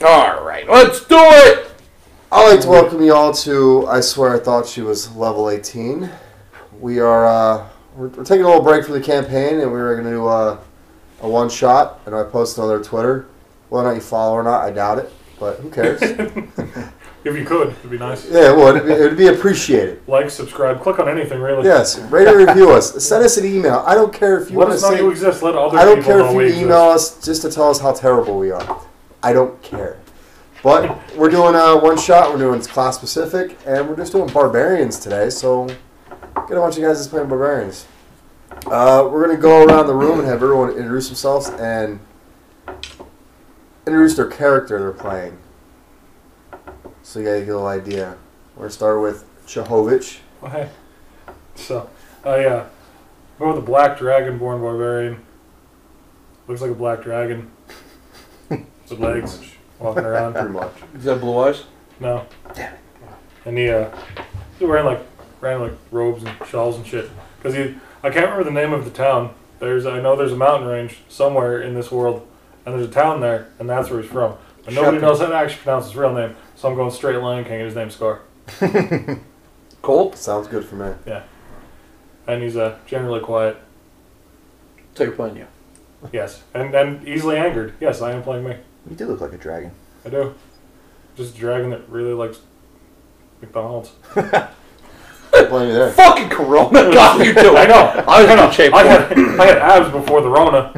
All right, let's do it. I'd like to welcome you all to I Swear I Thought She Was Level 18. We are uh, we're, we're taking a little break from the campaign and we were going to do a, a one shot. And I posted on their Twitter. Whether or not you follow or not, I doubt it, but who cares? yeah, If you could, it'd be nice. it would. It would be appreciated. Like, subscribe, click on anything really. Yes, rate or review us. Send us an email. I don't care if you Let want to us know say. you exist. Let other I don't people care know if we you exist. email us just to tell us how terrible we are. I don't care. But we're doing a one shot. We're doing class specific, and we're just doing barbarians today. So, get a bunch of guys that's playing barbarians. Uh, we're gonna go around the room and have everyone introduce themselves and introduce their character they're playing. So you guys get a little idea. We're gonna start with Chehovich. Oh, hey. So, I uh, go with a black dragonborn barbarian. Looks like a black dragon with legs walking around. Pretty much. Is that blue eyes? No. And he uh, he's wearing like random like robes and shawls and shit. Cause he, I can't remember the name of the town. There's, I know there's a mountain range somewhere in this world, and there's a town there, and that's where he's from. But nobody Shepard. knows how to actually pronounce his real name, so I'm going straight Lion King, and his name's Scar. Colt, Sounds good for me. And he's uh, generally quiet. take a playing you. Yes, and and easily angered. Yes, I am playing me. You do look like a dragon. I do. Just a dragon that really likes McDonald's. Don't blame you there. Fucking Corona got you doing. I know. I was I know. in shape. I had, I had abs before the Rona.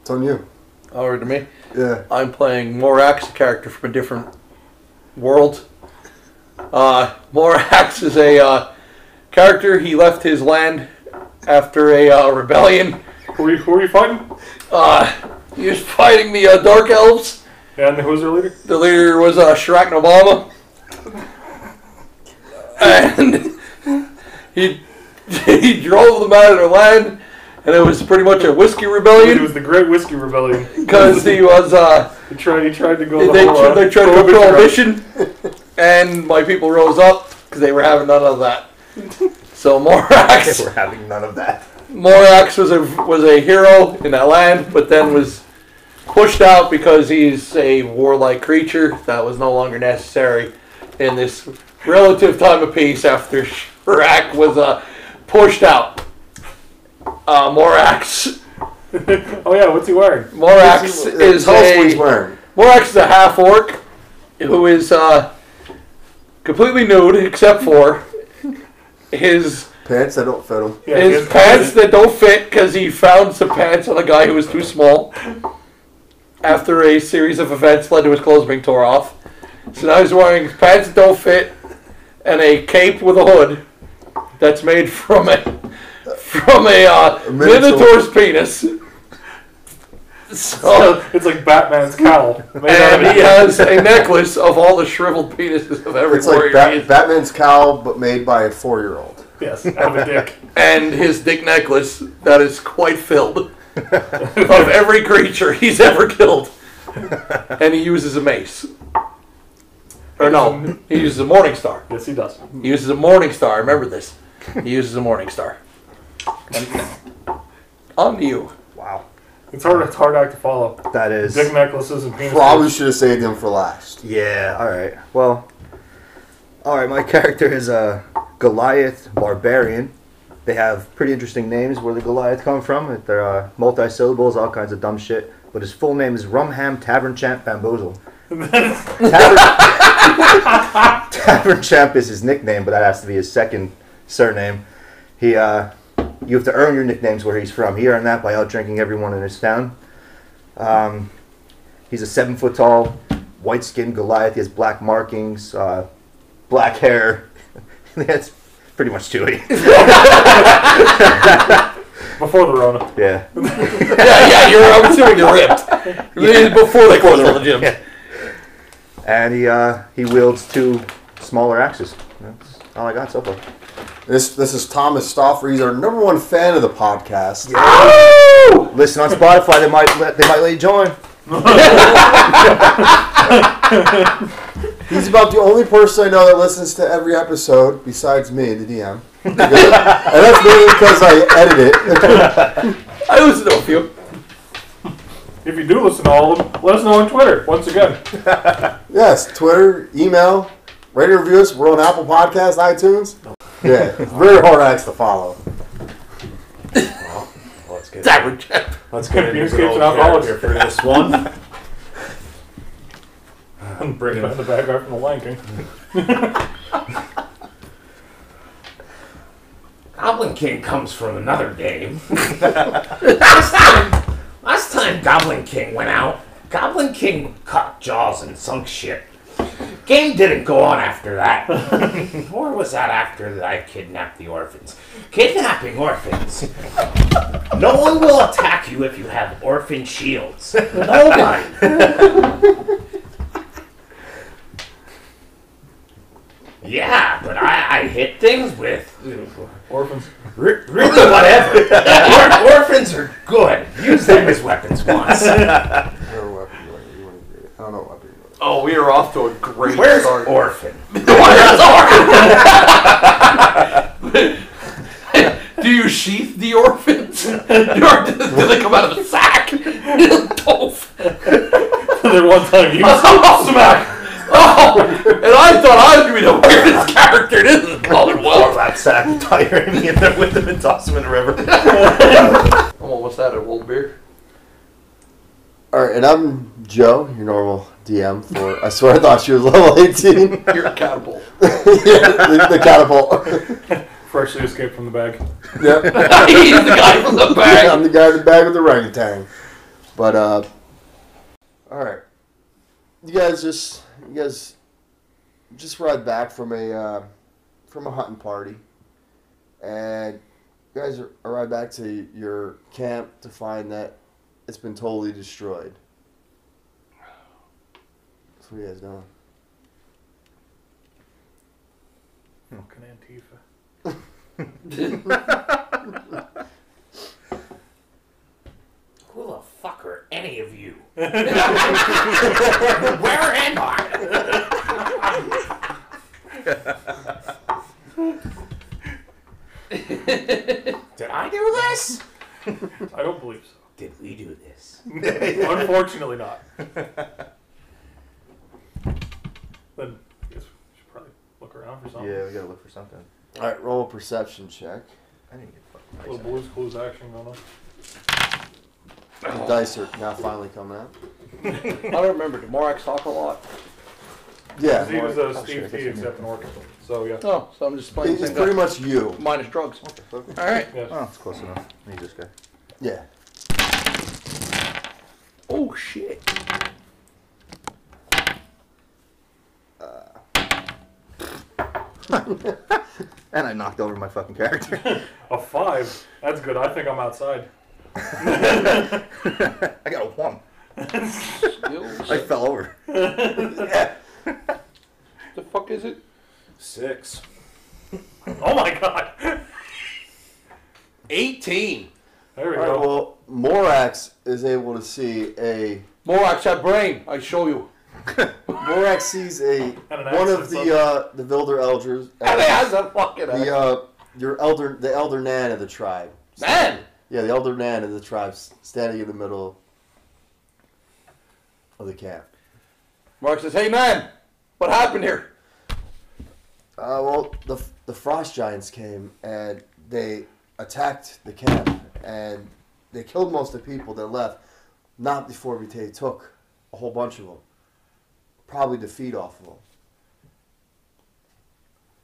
It's on you. Over to me. Yeah. I'm playing Morax, a character from a different world. Uh, Morax is a uh, character. He left his land after a uh, rebellion. Who are you, who are you fighting? Uh, he was fighting the uh, Dark Elves. And who's their leader? The leader was uh, Barack Obama, and he he drove them out of their land, and it was pretty much a whiskey It rebellion was the Great Whiskey Rebellion. because he was uh, He tried, he tried to go they, the they whole, uh, tried to go route. prohibition, and my people rose up because they were having none of that. So Morax, We're having none of that. Morax was a was a hero in that land, but then was pushed out because he's a warlike creature that was no longer necessary in this relative time of peace after Shirak was uh, pushed out. Uh, Morax, Oh yeah, what's he wearing? Morax uh, is Tell us what he's a wearing. Morax is a half orc who is uh, completely nude except for his Pants that don't fit him. Yeah, he his has- pants that don't fit because he found some pants on a guy who was too small. After a series of events led to his clothes being tore off, so now he's wearing pants that don't fit and a cape with a hood that's made from a from a, uh, minotaur. minotaur's penis. So It's like Batman's cowl. Made out of and he it. has a necklace of all the shriveled penises of every It's warrior. like Bat- he's- Batman's cowl, but made by a four-year-old. Yes, out of a dick. and his dick necklace that is quite filled of every creature he's ever killed. And he uses a mace. Or no, he uses a morning star. Yes, he does. He uses a morning star. I remember this. He uses a morning star. And- on to you. Wow. It's hard. It's hard act to follow. That is. Dick necklaces and penis. Probably should have saved him for last. Yeah, alright. Well, alright, my character is a Goliath barbarian. They have pretty interesting names where the Goliath come from. They're uh, multi syllables, all kinds of dumb shit. But his full name is Rumham Tavern Champ Bamboozle. Tavern, Tavern Champ is his nickname, but that has to be his second surname. He, uh, you have to earn your nicknames where he's from. He earned that by out drinking everyone in his town. Um, he's a seven foot tall, white skinned Goliath. He has black markings, uh, black hair. That's pretty much Chewy. Before the Rona. yeah. Yeah, yeah, you're, I'm assuming you're ripped. Before they closed all the gym. Yeah. And he uh, he wields two smaller axes. That's all I got so far. This this is Thomas Stoffer. He's our number one fan of the podcast. Ow! Listen on Spotify. They might let they might let you join. He's about the only person I know that listens to every episode besides me, the DM. and that's mainly because I edit it. I listen to a few. If you do listen to all of them, let us know on Twitter once again. Yes, Twitter, email, rate and review us. We're on Apple Podcasts, iTunes. Yeah, it's very hard acts to follow. Let's get Dapper Jack. let's get into Computer good old escapes and character for this one. I'm breaking out the background from the Lion King. Goblin King comes from another game. last, time, last time Goblin King went out, Goblin King cut jaws and sunk ship. Game didn't go on after that. or was that after that I kidnapped the orphans? Kidnapping orphans. No one will attack you if you have orphan shields. Nobody. yeah, but I, I hit things with Orphans. Re- Really, whatever. Or- orphans are good. Use them as weapons once. I don't know what you want to do. I don't know what you want to do. Oh, we are off to a great Where's start. orphan? Do you sheath the orphans? Or do they come out of the sack? Dolph. there one time you Oh, smack! Oh, and I thought I was going to be the weirdest character. This is Baldwin Wallace. That sack, tie me in there with him and toss him in the river. I'm almost out of old beer. All right, and I'm Joe, your normal DM for. I swear I thought she was level 18. You're accountable. the, the catapult. freshly escaped from the bag. yep. He's the guy from the I'm back. the guy in the bag with the orangutan. But uh, all right, you guys just you guys just ride back from a uh, from a hunting party, and you guys ar- arrive back to your camp to find that it's been totally destroyed. That's what you guys doing. Fucking Antifa. Who the fuck are any of you? Where am I? Did I do this? I don't believe so. Did we do this? Unfortunately not. then I guess we should probably look around for something. Yeah, we gotta look for something. All right, roll a perception check. I didn't get A little blues clues action going on. The dice are now finally coming out. I don't remember. Did Morax talk a lot? Yeah, He was Oh, a shit, I Steve guess T I knew. except an orc. So yeah. No, Oh, so I'm just playing It's things pretty up. much you. minus drugs. Okay. All right. Yes. Oh, it's close enough. Need this guy. Yeah. Oh shit. And I knocked over my fucking character. A five. That's good. I think I'm outside. I got a one. I What fell over. the fuck is it? Six. Oh my god. 18. There we All right, go. well, Morax is able to see a. Morax, that brain. I show you. Morax sees a an one of accent, the so- uh, the Vilder elders, That uh, has a fucking the uh, your elder, the elder Nan of the tribe. man. Yeah, the elder Nan of the tribe s- standing in the middle of the camp. Morax says, "Hey man, what happened here?" Uh, well, the the frost giants came and they attacked the camp and they killed most of the people that left. Not before Vitae took a whole bunch of them, probably to feed off of them.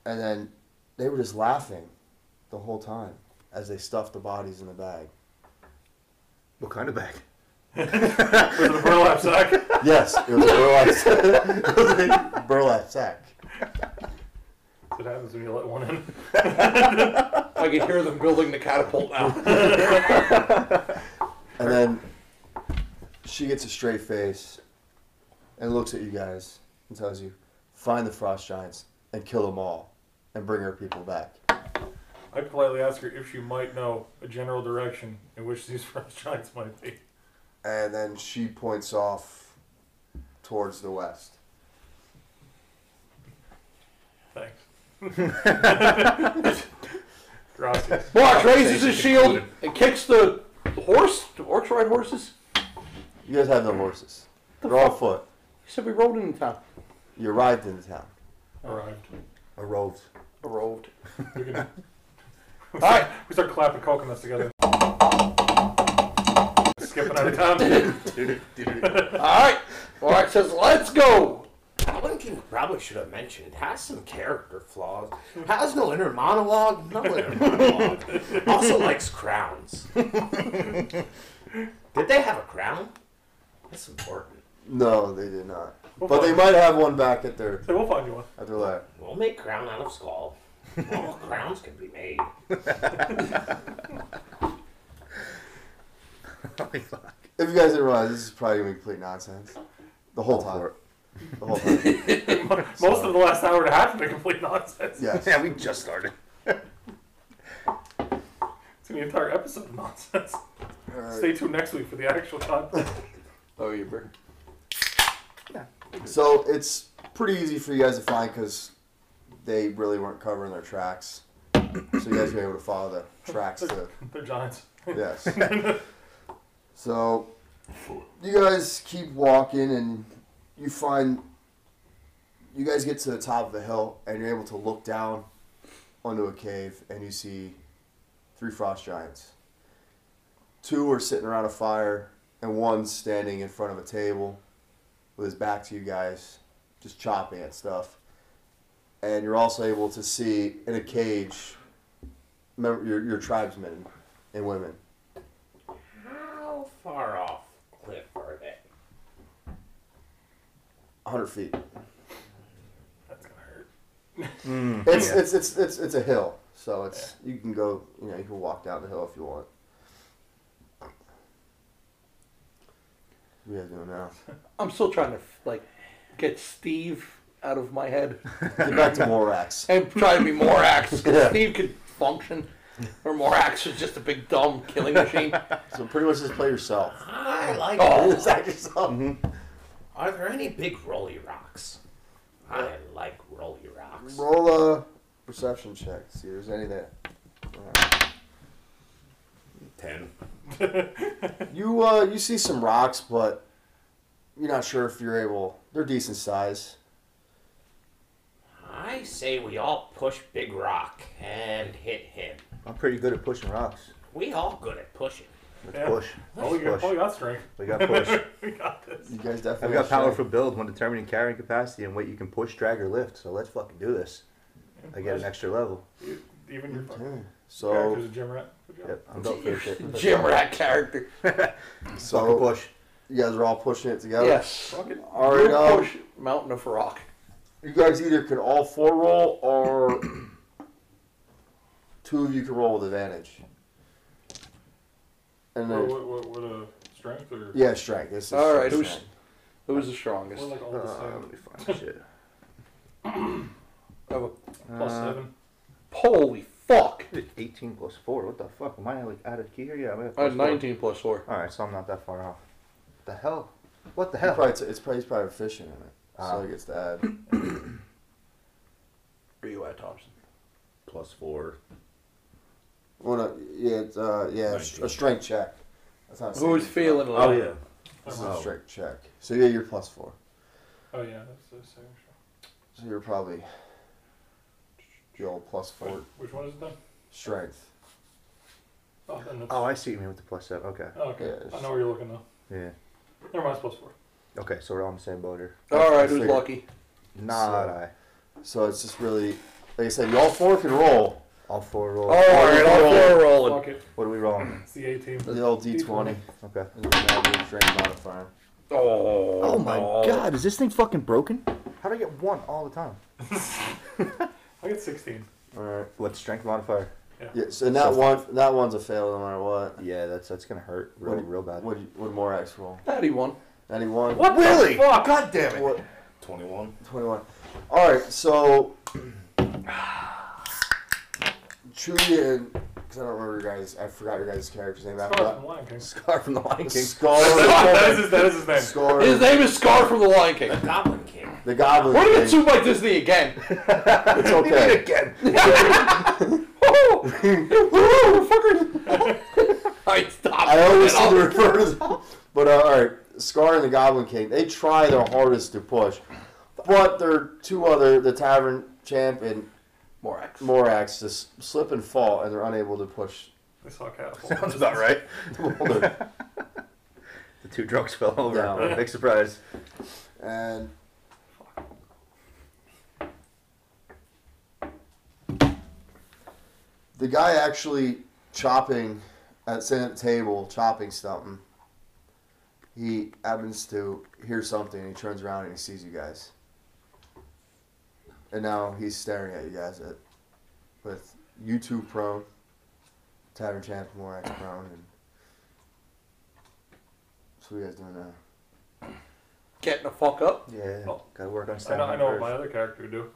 And then they were just laughing the whole time as they stuffed the bodies in the bag. What kind of bag? With the burlap sack. Yes, it was a burlap sack. It was a burlap sack. It happens when you let one in. I can hear them building the catapult now. And then she gets a straight face and looks at you guys and tells you, find the frost giants and kill them all and bring her people back. I politely ask her if she might know a general direction in which these frost giants might be. And then she points off towards the west. Thanks. Gracias. Morax raises his shield and kicks the Horse? Do orcs ride horses? You guys have no horses. They're all foot. You said we rode into town. You arrived in town. Arrived. A roves. I rode. We, can, All right. we start clapping coconuts together. Skipping out of town. All right. Mark says, let's go. Goblin King probably should have mentioned has some character flaws, has no inner monologue, no inner monologue. Also likes crowns. Did they have a crown? That's important. No, they did not. But they might have one back at their we'll find you one. at their lab. We'll make crown out of skull. All crowns can be made. Holy fuck. If you guys didn't realize, this is probably gonna be complete nonsense. The whole time. The whole time. Most of the last hour and a half has been complete nonsense. Yes. Yeah, we just started. It's an entire episode of nonsense. Alright. Stay tuned next week for the actual content. Oh, you bur- So it's pretty easy for you guys to find because they really weren't covering their tracks. So you guys were able to follow the tracks to They're giants. yes. So you guys keep walking and you find you guys get to the top of the hill and you're able to look down onto a cave and you see three frost giants. Two are sitting around a fire and one's standing in front of a table with his back to you guys, just chopping at stuff. And you're also able to see in a cage mem- your, your tribesmen and women. How far off cliff are they? 100 feet. That's gonna hurt. Mm. It's, it's, it's, it's, it's a hill, so it's you can go, you know, you can walk down the hill if you want. What are you guys doing now? I'm still trying to, like, get Steve out of my head Get back to Morax. and try to be Morax. 'cause Yeah. Steve could function. Or Morax is just a big dumb killing machine. So pretty much just play yourself. I like Oh. Just act yourself. Mm-hmm. Are there any big rolly rocks? I like rolly rocks. Roll a perception check. See if there's any there. Ten. You uh, you see some rocks, but you're not sure if you're able. They're decent size. I say we all push Big Rock and hit him. I'm pretty good at pushing rocks. We all good at pushing. Let's Yeah. push. Oh, we got, Push. oh, we got strength. We got push. we got this. You guys definitely. I've got have powerful build when determining carrying capacity and weight you can push, drag, or lift. So let's fucking do this. I get an extra level. Even your fucking strength. character's So a gym rat. Good job. Yep, I'm built for this shit. Gym rat character. Fucking so push. you guys are all pushing it together. Yes. Fuck it. All right. We'll Um, push Mountain of Rock. you guys either can all four roll or two of you can roll with advantage. And What, then what, what, what a strength or? yeah, strength. This is Oh, All right, strength. who's- Who was the strongest? We're like all the Uh, same. let me find the shit. Oh, Plus Uh, seven. holy fuck. 18 plus 4. What the fuck? Am I like out of key here? Yeah, Uh, I'm at I plus had four. 19 plus 4. All right, so I'm not that far off. The hell? What the He hell? probably t- it's probably, he's probably fishing in it, so Ah. he gets to add. Where you at, Thompson? Plus four. Well, no, yeah, it's, uh, yeah, it's a strength check. That's not. Who's feeling it? Oh yeah. This is Oh, a strength check. So yeah, you're plus four. oh, yeah, that's the same. So you're probably Joel plus four Which one is it then? strength. Oh, then it's- Oh, I see what you mean with the plus 7. Okay. oh, okay. yeah, it's- I know where you're looking now. Yeah. Never mind, it's plus four. Okay, so we're all on the same boat here. All right, who's Figured. lucky? Not So- I. So it's just really, like I said, you all four can roll. All four rolls. All right, all four are rolling. Fuck it. What are we rolling? It's the A team. The old D twenty. Okay. And then add your strength modifier. Oh, no. is this thing fucking broken? How do I get one all the time? I get 16. All right. What strength modifier? Yeah. So and that one, that one's a fail no matter what. Yeah, that's that's gonna hurt really What- real bad. What? do you- What Morax roll? Ninety-one. Ninety-one. really? God damn it! What? Twenty-one. Twenty-one. All right. So. Truly, and because I don't remember your guys, I forgot your guys' character's name after Scar from that. Lion King. Scar from the Lion King. Scar. that, is his, that is his name. Scar. His name is Scar from The Lion King. Goblin King. The goblin. We're gonna get thing. sued by Disney again. It's okay. Again. Woo! Woo, fuckers! All right, stop I always seem to refer to them. But uh, all right, Scar and the Goblin King, they try their hardest to push, but their two other, the Tavern Champ and Morax. Morax, just slip and fall, and they're unable to push. They suck assholes. Sounds about right. Mulder. The two drunks fell over. Yeah. Big surprise. and the guy actually chopping at sitting at the table chopping something. He happens to hear something. And he turns around and he sees you guys. And now he's staring at you guys at, with you two prone, Tavern Champ Morax prone, and so what are you guys doing now? Getting the fuck up. Yeah. Oh. Gotta work I on know, stamina I know what my first. other character would do.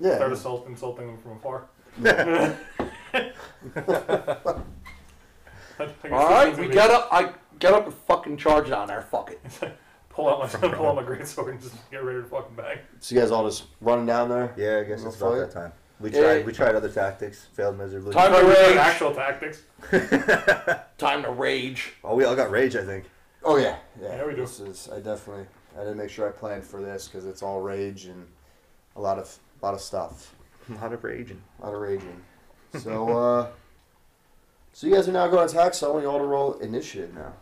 Yeah, Start assault, insulting them from afar. All right, we get up. I get up and fucking charge it on there. Fuck it. Pull out my pull out my great sword and just get ready to fucking bang. So you guys all just running down there? Yeah, I guess We'll it's about fight. that time. We Yeah. tried. We tried other tactics. Failed miserably. Time But to we got rage. Actual tactics. Time to rage. Oh, we all got rage. I think. Oh yeah, yeah. Yeah, we do. This is I definitely I didn't make sure I planned for this because it's all rage and a lot of a lot of stuff, A lot of rage and a lot of raging. So uh, so you guys are now going to attack. So I want you all to roll initiative now.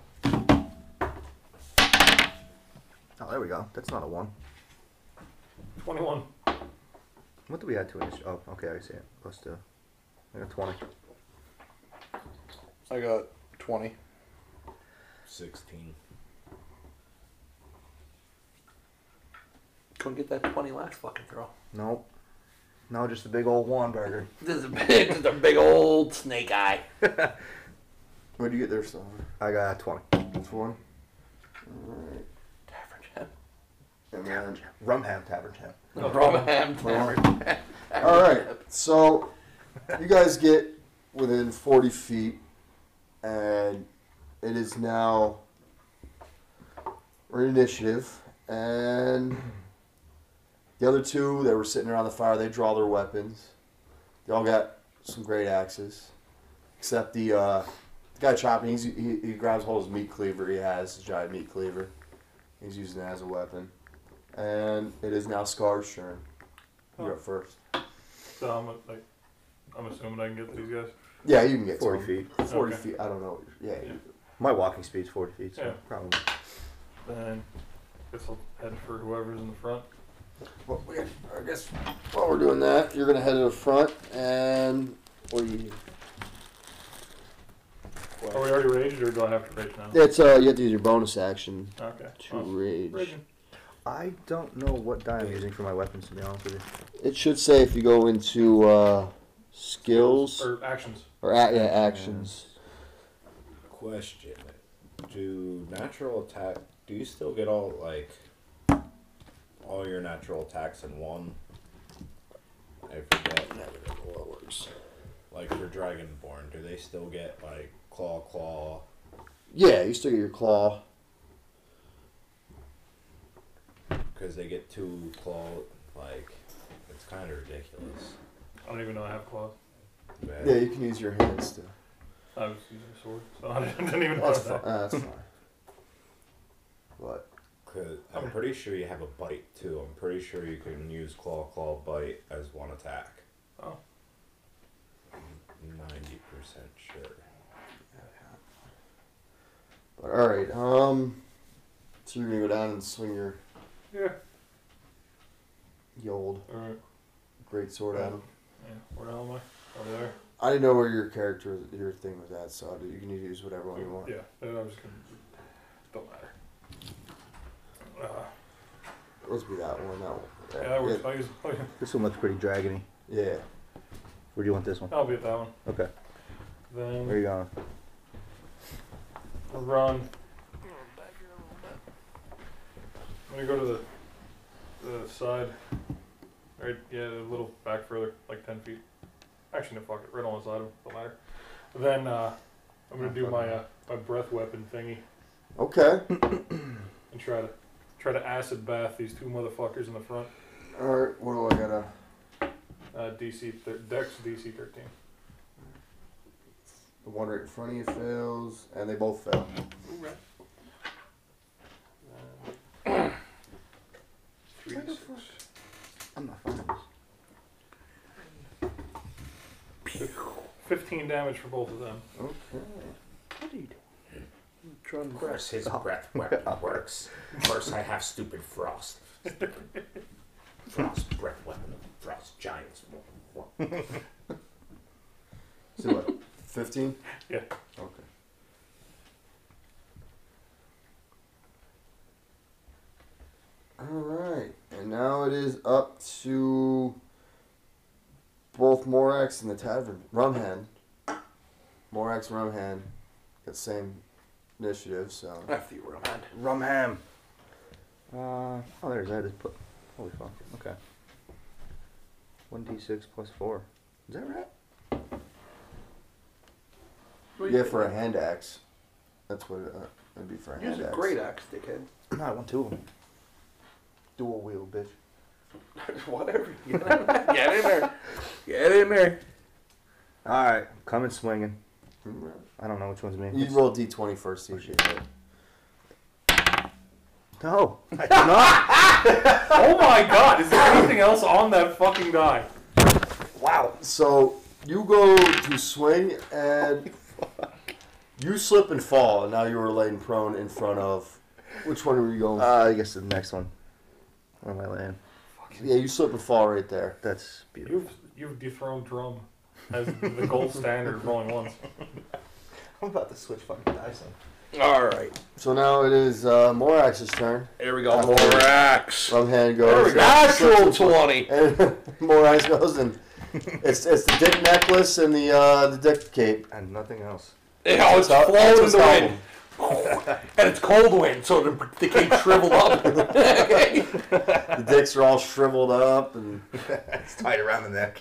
Oh, there we go. That's not a one. Twenty one. What do we add to initiative? Oh, okay, I see it. Plus two. I got 20. I got twenty. 16. Couldn't get that twenty last fucking throw. Nope. No, just a big old one burger. This is a big, this is a big old snake eye. What do you get there, Stone? I got 20. That's one. Tavern Jam. And then, Rumham Tavern Town. Oh, No, Rumham Tavern. all right. So you guys get within forty feet, and it is now we're in initiative, and the other two that were sitting around the fire, they draw their weapons. They all got some great axes, except the uh, the guy chopping. He's, he, he grabs hold of his meat cleaver. He has his giant meat cleaver. He's using it as a weapon, and it is now Scar's turn. You're up first. So I'm like, I'm assuming I can get to these guys. Yeah, you can get to 40 him. feet. Forty Okay. feet. I don't know. Yeah, you- My walking speed's 40 feet, so Yeah. probably. Then guess I'll head for whoever's in the front. Well, we- I guess while we're doing that, you're gonna head to the front and what do you? Are we already raged or do I have to rage now? It's uh, you have to use your bonus action Okay. to Well, rage. Oh, raging. I don't know what die I'm using for my weapons, to be honest with you. It should say if you go into uh, skills Or actions. or a- yeah, actions. Question Do natural attack. Do you still get all, like, all your natural attacks in one? I forget. what works. Like for Dragonborn, do they still get, like, claw, claw? Yeah, you still get your claw. Because they get two claw. Like, it's kind of ridiculous. I don't even know I have claws. But- Yeah, you can use your hands to. I was using a sword, so I didn't even know That's fine. that. Uh, that's fine. But Cause I'm pretty sure you have a bite too. I'm pretty sure you can use claw, claw, bite as one attack. Oh. Ninety percent sure. but all right. Um, so you're gonna go down and swing your Yeah. ye old Alright. great sword at him. Yeah. Where the hell am I? Over there. I didn't know where your character, your thing was at, so you can use whatever one you want. Yeah, I was gonna. Don't matter. Uh, Let's be that one, that one. yeah, that works. I'll, use, I'll, use- This one looks pretty dragony. Yeah. Where do you want this one? I'll be at that one. Okay. Where Then you going? run. I'm gonna go to the the side. Right, yeah, a little back further, like ten feet. Actually, no, fuck it, right on the side of the ladder. Then uh, I'm gonna do my uh, my breath weapon thingy Okay. and try to try to acid bath these two motherfuckers in the front. All right. What do I gotta? Uh, DC thir- Dex DC 13. The one right in front of you fails, and they both fail. Three to six. I'm not fine with this. 15 damage for both of them. Okay. What are you doing? Of course, his breath weapon works. Of course, I have stupid frost. Frost breath weapon. Frost giants. So what? Fifteen. Yeah. Okay. All right, and now it is up to both Morax and the tavern. Rumhand. Morax, Rumhand, got same initiative. So After you were on. Rum ham. Uh, oh, there's that. Just put. Holy fuck. Okay. One d six plus four. Is that right? yeah, for a hand axe, that's what it, uh, it'd be for a Use hand a axe. great axe, dickhead. No, I want two of them. Dual wield, bitch. Whatever. Get in there. Get in there. All right, coming swinging. Mhm. I don't know which one's me. You roll d twenty first. You should hit. No, I do not. Oh my god, is there anything else on that fucking die? Wow. So you go to swing and you slip and fall, and now you were laying prone in front of. Which one were you going? Uh, I guess the next one. Where am I laying? yeah, you slip and fall right there. That's beautiful. You've you've dethroned drum as the gold standard of rolling ones. I'm about to switch fucking Dyson. All right. So now it is uh, Morax's turn. There we go. More More axe. From hand goes. There we go. Natural 20. And Morax goes, and it's it's the dick necklace and the uh, the dick cape. And nothing else. Oh, it's That's flowing in what's the happening. wind. and it's cold wind, so the, the cape shriveled up. Okay. The dicks are all shriveled up, and It's tied around the neck.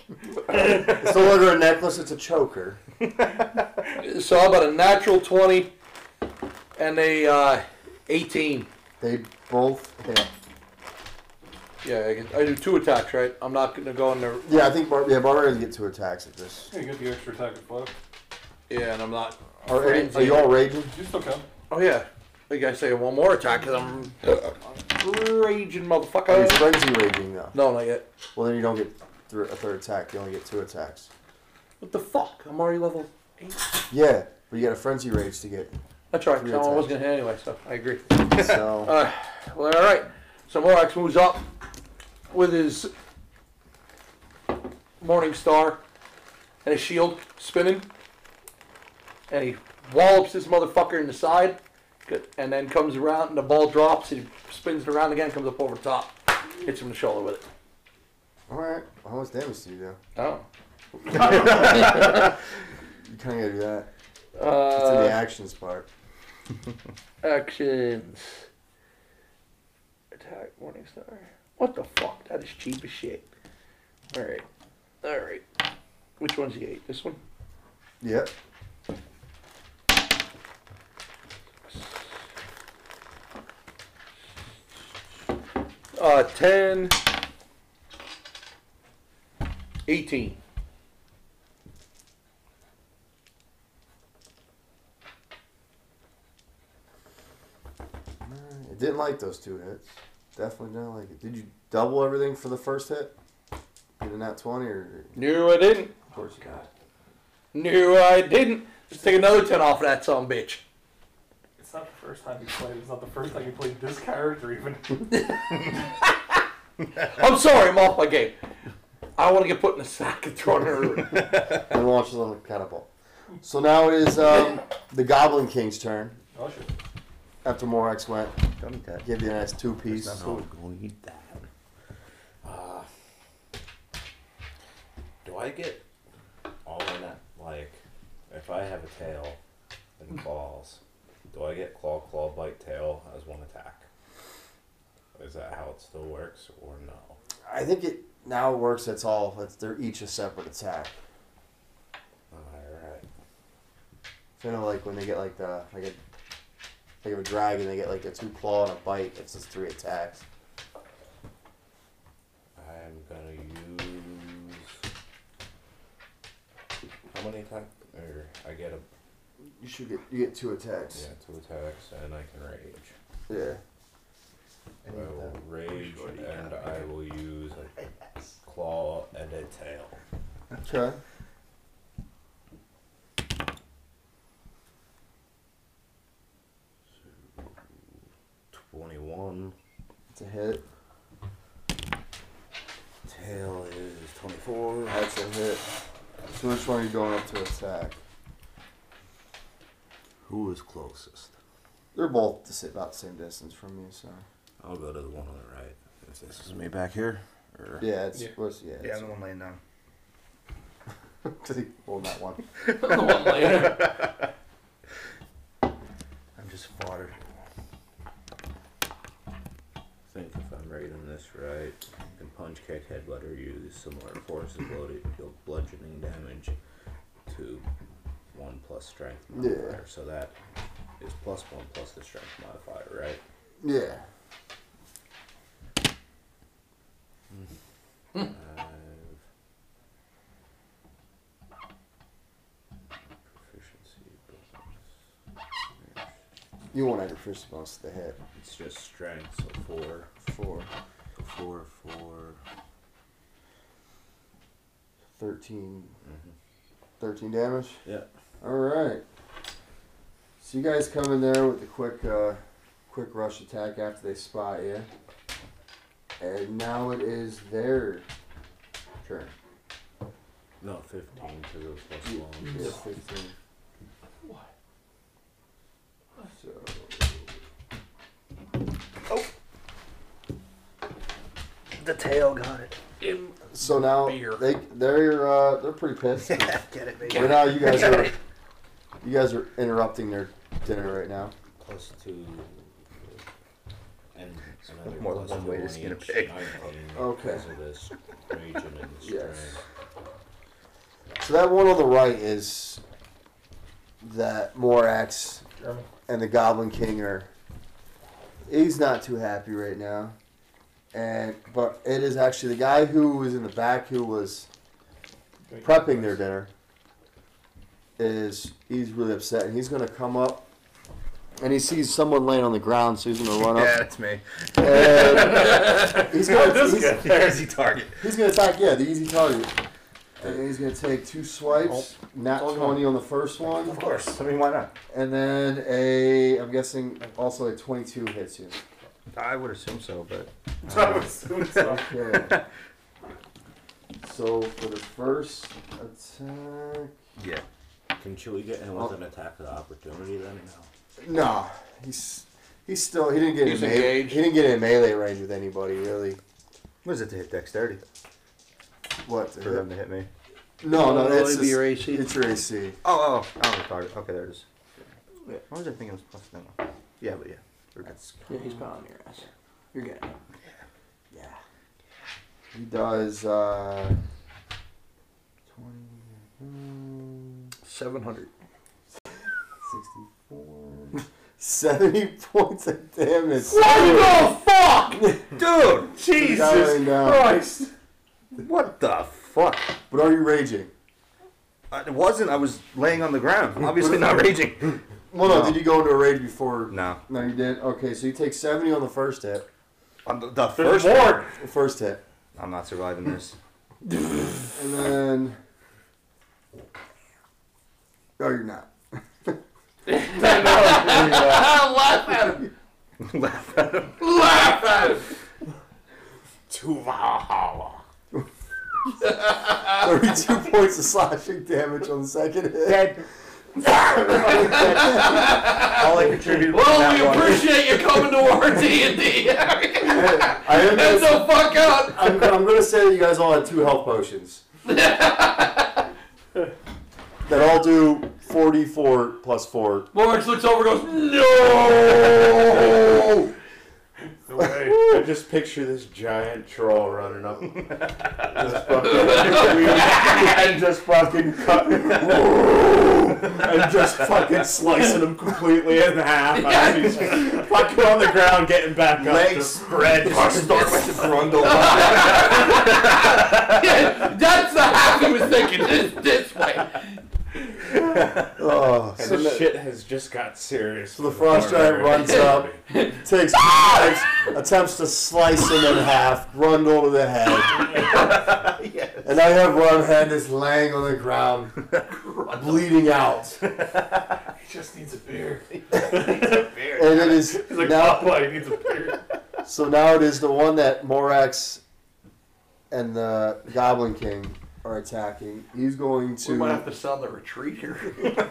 it's no longer a necklace; it's a choker. So how about a natural 20 and a uh, 18. They both hit. Yeah, I, can, I do two attacks, right? I'm not going to go in there. Yeah, I think Bar- yeah, Barbarians get two attacks at this. You get the extra attack of five. Yeah, and I'm not. Are, are you all raging? You still count. Oh, yeah. I guess I say one more attack because I'm raging, Are you motherfucker. frenzy raging though? No, not yet. Well, then you don't get thr a third attack. You only get two attacks. What the fuck? I'm already level. Yeah, but you get a frenzy rage to get. That's right. Three No, I was attacks. going to hit anyway, so I agree. So Uh, well, all right. So Morax moves up with his Morning Star and his shield spinning, and he wallops this motherfucker in the side, Good. and then comes around and the ball drops. He spins it around again, comes up over the top, hits him in the shoulder with it. all right, how much damage do you do? Oh. You kind of gotta do that. It's in the Uh, actions part. actions. Attack Morning Star. What the fuck? That is cheap as shit. All right. All right. Which one's the eight? This one. Yep. Uh, 10, 18. It didn't like those two hits. Definitely didn't like it. Did you double everything for the first hit? Get a nat twenty or? Knew I didn't. Of course you got. Knew I didn't. Let's take another 10 off of that son of a bitch. It's not the first time you played. It's not the first time you played this character even. I'm sorry, I'm off my game. I want to get put in a sack and thrown in a room. And launches on a catapult. So now it is um, the Goblin King's turn. Oh shit. After Morax went, Don't eat that. give you a nice two piece. going to eat that. Uh, do I get all in that? Like, if I have a tail and claws, do I get claw, claw, bite, tail as one attack? Is that how it still works, or no? I think it now works. That's all. That's they're each a separate attack. Alright. Kind of like when they get like the like a like of a dragon, they get like a two claw and a bite. It's just three attacks. I'm gonna use. How many attack? Or I get a You should get you get two attacks. Yeah, two attacks, and I can rage. Yeah. I And you get will that. rage, and I will use a claw and a tail. Okay. Twenty-one. It's a hit. Tail is twenty-four. That's a hit. So which one are you going up to attack? Who is closest? They're both the sa- about the same distance from you, so I'll go to the one on the right. If this is me back here, or yeah, it's Yeah. was yeah. Yeah, it's- I'm the one laying down. well, that one. I'm just fodder. I think if I'm reading this right, you can punch, kick, headbutt, or use similar force and bloated, deal bludgeoning damage to one plus strength modifier. Yeah. So that is plus one plus the strength modifier, right? Yeah. Five. Proficiency bonus. You won't add your first bonus to the hit. It's just strength, so four. Four. So four, four. 13, 13 damage. Yeah. All right. So you guys come in there with a quick, uh, quick rush attack after they spot you, and now it is their turn. No, 15 to the plus one. Yeah, fifteen. What? So. The tail got it. So now Beer. they they're uh, they're pretty pissed. right Get it, baby. now you guys are you guys are interrupting their dinner right now. plus two. And another More than plus one two way to on skin a each pig. 19 Okay. Because of this region and the Yes. strength. So that one on the right is that Morax German. and the Goblin King are. He's not too happy right now, and but it is actually the guy who was in the back who was prepping their dinner. Is he's really upset and he's gonna come up, and he sees someone laying on the ground, so he's gonna run Yeah, up. that's me. And he's gonna This he's, guy. Easy target. he's gonna attack yeah the easy target. And he's gonna take two swipes, Oh. not Only one. twenty on the first one. Of course. I mean, why not? And then a, I'm guessing also a 22 hits you. I would assume so, but I would assume so. Okay. so for the first attack, yeah. Can Chewie get him with Oh. an attack of opportunity then? No. nah, he's he's still he didn't get He's in melee, engaged. he didn't get in melee range with anybody really. What is it to hit dexterity What? for them to hit me? No, no, It'll it's only be just- your AC. It's your AC. Oh, oh, oh, the target. Okay, there it is. What was I thinking? It was plus no. no. Yeah, but yeah, we're good. Yeah, he's pounding your ass. You're getting it. Yeah. He does uh, 20, hmm, 700. 64, 70 points of damage. What the fuck? Dude, Down and down. what the fuck? But are you raging? I, it wasn't. I was laying on the ground. Obviously not raging. Well, no. No. Did you go into a rage before? No. No, you didn't. Okay, so you take seventy on the first hit. On the, the There's first one. more. The first hit, I'm not surviving this. and then. No, you're not. Laugh at him. Laugh at him. Laugh at him. To Valhalla. Thirty-two points of slashing damage on the second hit. All I contributed was Well, that we one. appreciate you coming to our D&D. I am Get gonna, the fuck out. I'm, I'm gonna say that you guys all had two health potions. that all do forty-four plus four. Lawrence looks over and goes, No! No way. I just picture this giant troll running up. just fucking, just fucking cut. and just fucking slicing him completely in half. He's fucking on the ground, getting back up. Legs spread. Start with the grundle. That's the half he was thinking. This, this way. Oh, And so the the- shit has just got serious. So the frost giant runs up, takes, takes- attempts to slice him in half. Grundle to the head, and I have one hand is laying on the ground, bleeding out, and He just needs a beer. it is He's like, now. "Papa, he needs a beer." So now it is the one that Morax and the Goblin King are attacking. He's going We might have to. to sell the retreat here.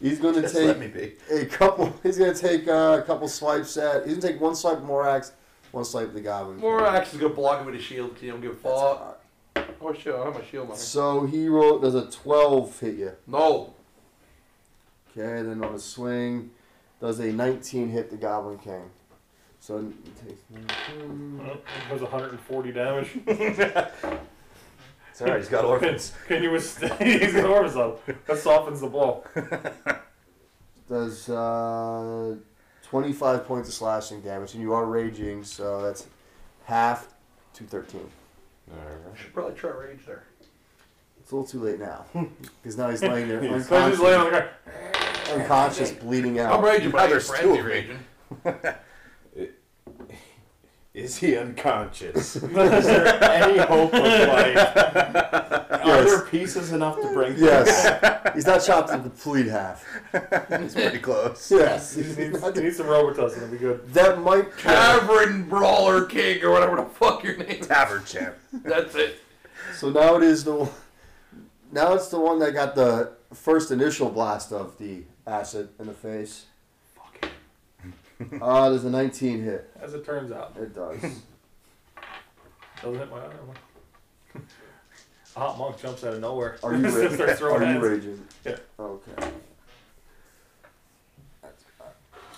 He's going to Just let me take be. a couple. He's going to take uh, a couple swipes at. He's going to take one swipe at Morax, one swipe at the Goblin. King. Morax is gonna block him with a shield 'cause he don't give a fuck. Oh shit, I have my shield on. So he rolled. Does a twelve hit you? No. Okay, then on a swing, does a 19 hit the Goblin King? So it takes. Well, It was 140 damage. It's alright, he's got orphans. Can you withstand? He's got orphans up. That softens the blow. Does uh, 25 points of slashing damage, and you are raging, so that's half to 13. Should probably try rage there. It's a little too late now, because now he's laying there He's unconscious, laying on the ground. unconscious, bleeding I'm out. raging, but I ain't there's two frenzy of me. raging. Is he unconscious? is there any hope of life? Are Yes. there pieces enough to bring? Yes, he's not chopped into complete half. It's pretty close. Yes, He needs, he needs some Robitussin. It'll be good. that might count. Tavern Brawler King or whatever the fuck your name. is. Tavern champ. That's it. So now it is the one- now it's the one that got the first initial blast of the acid in the face. Fuck it. Uh, there's a 19 hit. As it turns out, It does. doesn't hit my other one. A hot monk jumps out of nowhere. Are you Just starts raging? throwing Are you hands. raging? Yeah. Okay.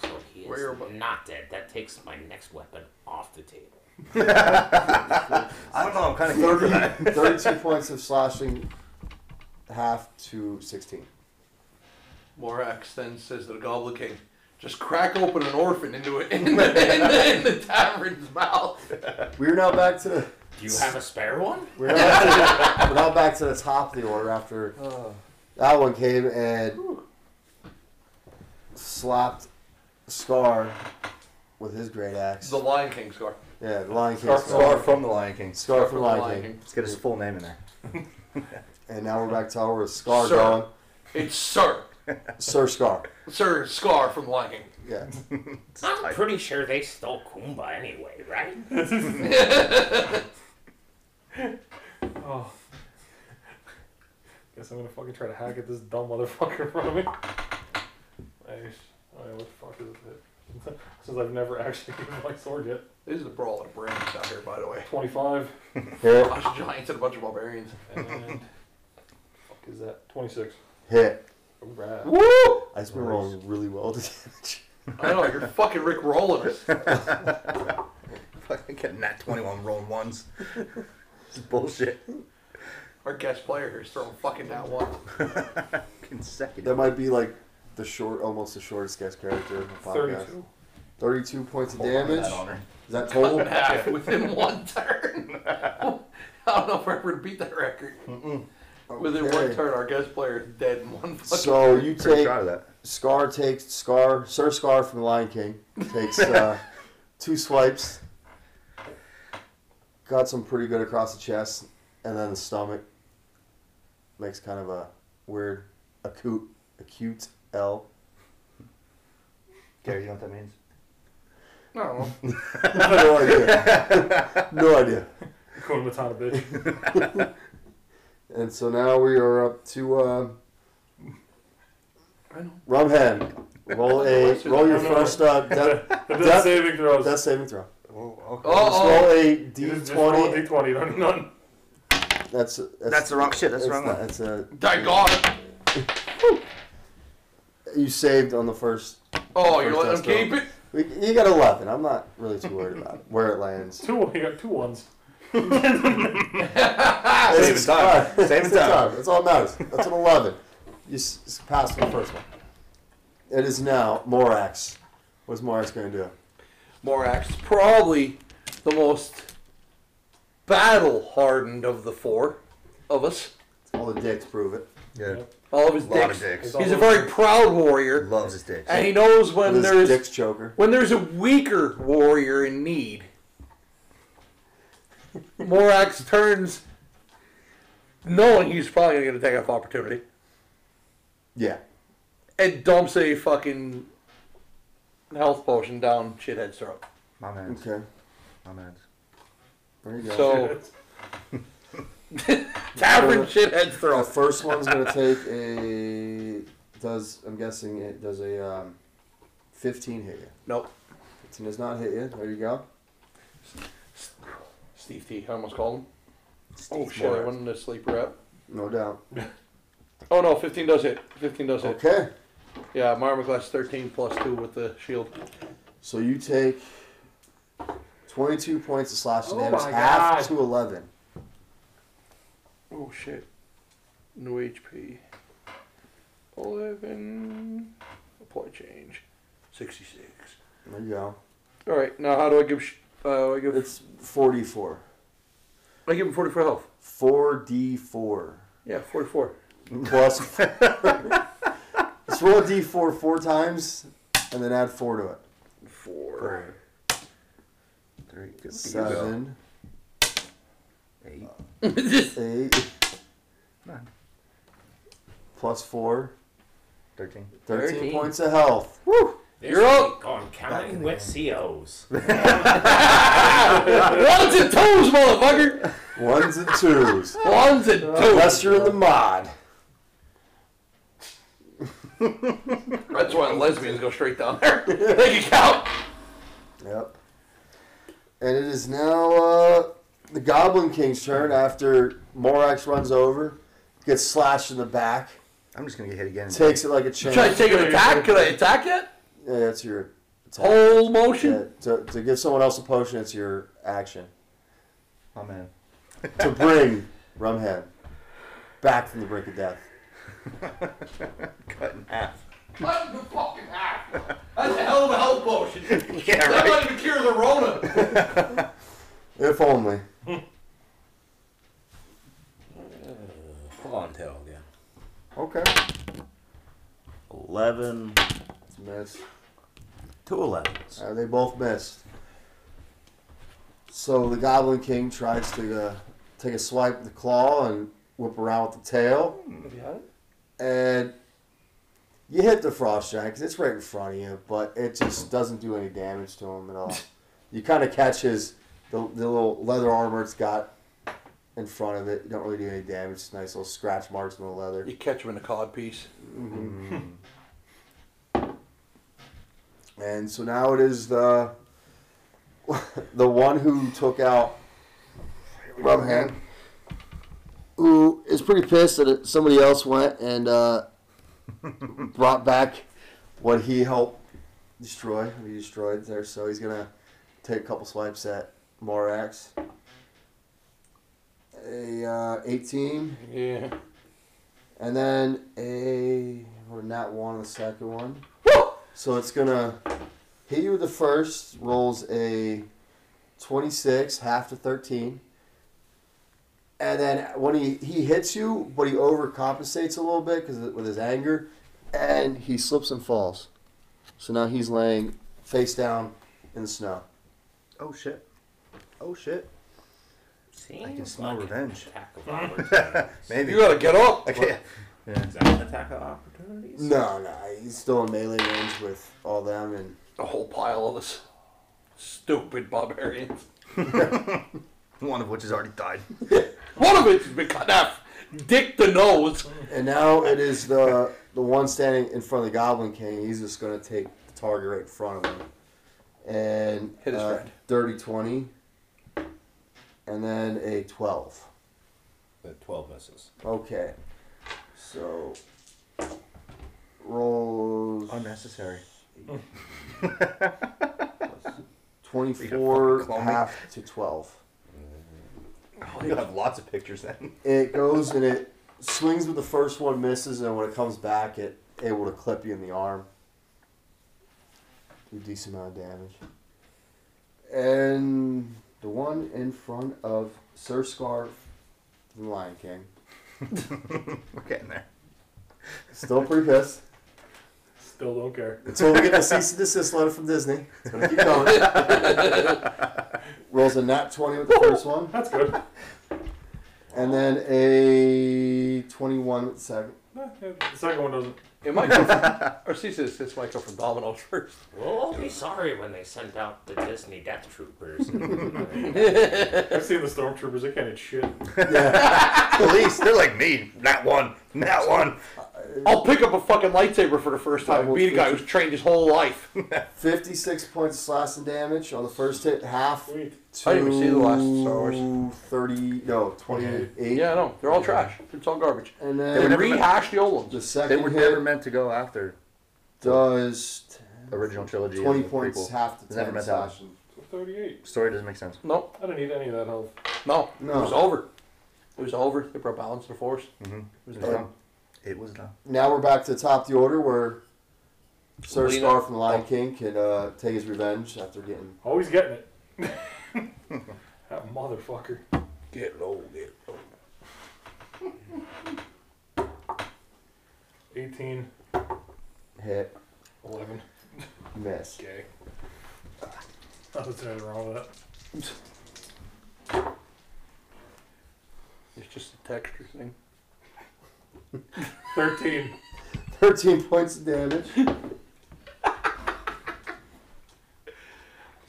So he is Where about- not dead. That takes my next weapon off the table. I don't know, I'm kind of going for that. 30, 32 points of slashing, half to 16. Morax then says to the Goblin King, just crack open an orphan into it in the, in the, in the tavern's mouth. We're now back to the Do you have a spare one? we're now back to the, we're now back to the top of the order after that one came and slapped Scar with his great axe. The Lion King score. Yeah, the Lion King. Scar, Scar, Scar from the Lion King. Scar from Lion King. Let's get his full name in there. And now we're back to our Scar Sir. going. It's Sir. Sir Scar. Sir Scar from Lion King. Yeah. I'm pretty sure they stole Kumba anyway, right? Oh. Guess I'm gonna fucking try to hack at this dumb motherfucker in front of me. Nice. Oh, yeah, what the fuck is it? Since I've never actually given my sword yet. This is a brawl of brains out here, by the way. 25 Hit. A bunch of giants and a bunch of barbarians. and. fuck is that? 26. Hit. Alright. Woo! I I just been rolling really well to damage. know, you're fucking Rick rolling us. Fucking getting that 21 rolling ones. This is bullshit. Our guest player here is throwing fucking that one. That Consecutive. might be like the short, almost the shortest guest character in the podcast. 32. 32 points of Hold on to damage. that honor. Is that total? in half within one turn. I don't know if we're ever to beat that record. Within one Okay. turn, our guest player is dead in one fucking So you Pretty take proud of that. Scar takes Scar Sir Scar from the Lion King takes uh, two swipes. Got some pretty good across the chest, and then the stomach makes kind of a weird acute acute L. Gary, you know what that means? No. No idea. no idea. Going with a bitch. And so now we are up to uh, I know. Rumhand. Roll a roll your first uh, death, The Death- death saving throws. death saving throw. Oh, okay. Just Oh, roll a You just- just roll a d20. D20. You don't none. That's that's That's the wrong shit. that's, That's the wrong not, one. that's a oh, thank God. you saved on the first. Oh, you're First letting him test keep it? we- You got eleven. I'm not really too worried about where it lands. Two. You got two ones. Saving time. Saving time. That's all that matters. That's an eleven. You s- s- passed the first one. It is now Morax. What's Morax going to do? Morax is probably the most battle hardened of the four of us. All the dicks prove it. Yeah. All of his A lot of dicks. dicks. He's a very proud warrior, Loves his dicks. and he knows when This there's dick's choker. when there's a weaker warrior in need. Morax turns, knowing he's probably going to take off opportunity, Yeah. and dumps a fucking health potion down shithead's throat. My man. Okay. My man. There you go. So tavern shithead's the throat. first one's gonna take a does I'm guessing it does a um, 15 hit you. Nope. 15 does not hit you. There you go. Steve T. I almost called him. Oh shit! I went into sleep rep. No doubt. Oh no, 15 does hit. 15 does hit. Okay. Yeah, my armor class 13 plus 2 with the shield. So you take 22 points of slashing Oh damage, my half God. to 11. Oh shit. No HP. 11. Apply change. 66. There you go. Alright, now how do I give. Sh- uh, I give. It's 44. I give him 44 health. 4d4 Yeah, 44. plus. Let's roll a d4 four times and then add four to it. 4. There you go. Seven, Eight. eight, Nine. plus four. Thirteen. 13, Thirteen. points of health. This You're up. week on counting with COs. Ones and twos, motherfucker! Ones and twos. Ones and twos! Unless you're in the mod. That's why lesbians go straight down there. they can count! Yep. And it is now uh, the Goblin King's turn after Morax runs over, gets slashed in the back, I'm just gonna get hit again. takes it like a champ. Should I take an attack? Can I attack yet? Yeah, that's your attack. Whole motion? Yeah, to, to give someone else a potion, it's your action. My man. To bring Rumhead back from the brink of death. Cut in half. Cut the fucking half. That's a hell of a health potion. Yeah, That right. might even cure the Rona. If only. Uh, Full on tail again. Okay. 11 It's a miss. to 11s. Uh, they both missed. So the Goblin King tries to uh, take a swipe with the claw and whip around with the tail. and you hit the frost giant because it's right in front of you, but it just doesn't do any damage to him at all. you kind of catch his the, the little leather armor it's got in front of it. You don't really do any damage. Just nice little scratch marks on the leather. Mm-hmm. You catch him in a cod piece. And so now it is the the one who took out Rumham, who is pretty pissed that it, somebody else went and uh, brought back what he helped destroy. He destroyed there, so he's gonna take a couple swipes at Morax. A uh, eighteen, Yeah. and then a or not one on the second one. Woo! So it's gonna hit you with the first, rolls a 26, half to 13. And then when he, he hits you, but he overcompensates a little bit because with his anger, and he slips and falls. So now he's laying face down in the snow. Oh shit. Oh shit. See? I can smell Fucking revenge. Attack of opportunity. Maybe. You gotta get up. I can't. Is that an attack of opportunities? No, no, he's still in melee range with all them, and A whole pile of us. Stupid barbarians. One of which has already died. One of it's been cut off. Dick the nose. and now it is the the one standing in front of the Goblin King. He's just gonna take the target right in front of him, and Hit his uh, friend. dirty twenty, and then a twelve. The 12 misses. Okay, so rolls Unnecessary. twenty You four fucking clone me. half to twelve. Oh, You'll have lots of pictures then. It goes and it swings with the first one, misses, and when it comes back, it able to clip you in the arm. Do a decent amount of damage. And the one in front of Sir Scarf from Lion King We're getting there. Still pretty pissed. Still don't care. Until we get the cease and desist letter from Disney. It's gonna keep going. Rolls a nat 20 with the first one, That's good. and then a 21 with the second. No, yeah, the second one doesn't. It might come from, or cease and desist might come from Domino's first. We'll all be sorry when they send out the Disney Death Troopers. I've seen the stormtroopers. They can't eat shit. Police, they're like me. Not one. Not one. I'll pick up a fucking lightsaber for the first time and beat a guy who's trained his whole life. 56 points of slashing damage on the first hit, half Sweet. to I didn't even see the last Star Wars. 30, no, 28. Yeah, I know. They're all trash. It's all garbage. And They then would rehash the old the ones. They second were hit never meant to go after does the original trilogy. 20 and the points, prequel. half to It's never 10 meant to happen. slashing. Thirty-eight. Story doesn't make sense. No, I didn't need any of that health. no, No. It was over. It was over. They brought balance to the force. It was done. It was done. Now we're back to the top of the order where Sir Lena- Scar from Lion King can uh, take his revenge after getting Always getting it. that motherfucker. Get low, get low. Eighteen. hit. Eleven. Miss. Gay. Nothing's anything wrong with that. It's just a texture thing. Thirteen. 13 points of damage. Is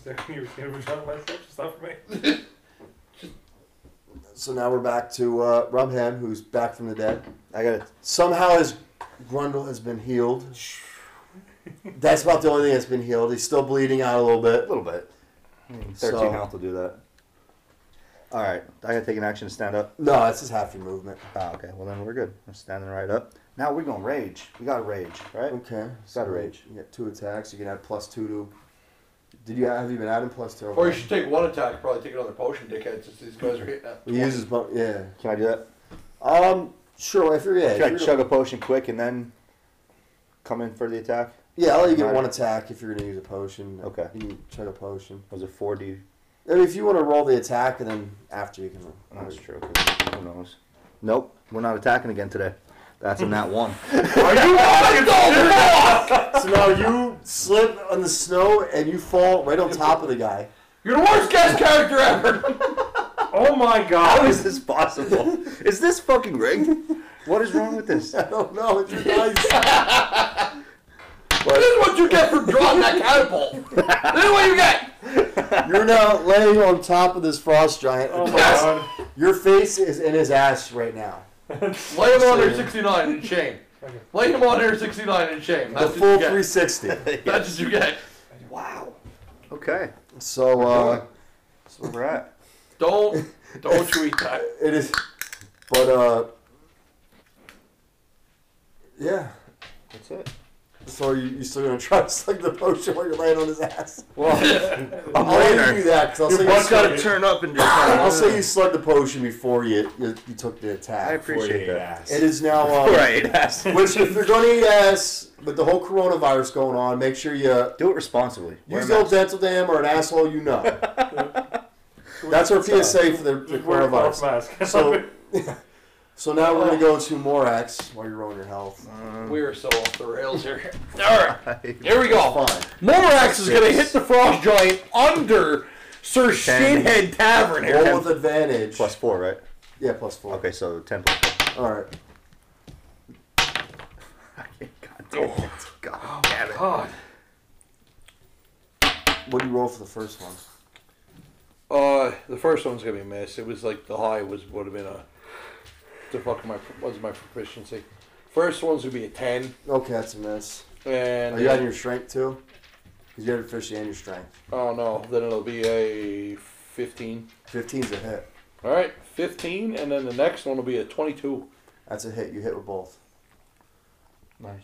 that when you were saying it was not myself? It's not for me. So now we're back to uh, Rumham, who's back from the dead. I got it. Somehow his grundle has been healed. That's about the only thing that's been healed. He's still bleeding out a little A bit. little bit. Thirteen So- health will do that. All right. I gotta take an action to stand up. No, that's his half your movement. Ah, okay. Well then we're good. I'm standing right up. Now we're gonna rage. We got to rage, right? Okay. Gotta rage. You get two attacks. You can add plus two to. Did you have you been adding plus two? Or you should take one attack, probably take another potion, dickhead, since these guys are hitting at He uses both. Yeah. Can I do that? Um. Sure. If you're yeah. if Can I you're chug a potion quick and then come in for the attack? yeah. I'll let you get Right. one attack if you're gonna use a potion. Okay. You can chug a potion. Was it four D? I mean, if you want to roll the attack and then after you can. That's true. 'cause Who knows? Nope. We're not attacking again today. That's in that one. So now you slip on the snow and you fall right on top of the guy. You're the worst guest character ever! Oh my How god. is this possible? Is this fucking rigged? What is wrong with this? I don't know. Oh, It's your dice. this is what you get for drawing that catapult! this is what you get! You're now laying on top of this frost giant. Oh my god. Your face is in his ass right now. Lay him on Air 69 in shame. Lay him on Air 69 in shame. The That's what full you get. 360. That's what you get. Okay. So uh, That's where we're at. Don't, don't you eat that. it is, but uh, yeah. That's it. So you, you still gonna try to slug the potion while you're laying on his ass? I'm I'll let you do later. that because I'll say you, One's slug, gotta turn up and just. I'll say you slug the potion before you you, you took the attack. I appreciate that. It is now uh, Right. ass. Which if you're gonna eat ass with the whole coronavirus going on, make sure you Do it responsibly. Wear use a the old mask. dental dam or an asshole you know. That's our PSA for the, the Just wear a cloth coronavirus. mask. Uh, So, so now we're gonna go into Morax while you're rolling your health. We are so off the rails here. Alright, here we go. Fine. Morax is going to hit the frost giant under Sir Shithead Tavern here. Roll with advantage. plus four, right? yeah, plus four. Okay, so ten plus. All right. Four. God damn it. God damn it. God. What do you roll for the first one? Uh, the first one's gonna be a miss. It was like the high was would have been a. The fuck my was my proficiency. First one's gonna be a ten, Okay, that's a miss. and Are you adding your strength too? Because you had proficiency and your strength. oh no, then it'll be a fifteen. 15's a hit. All right, fifteen, and then the next one will be a twenty-two. That's a hit. You hit with both. Nice.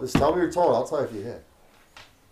Just tell me you're told. I'll tell you if you hit.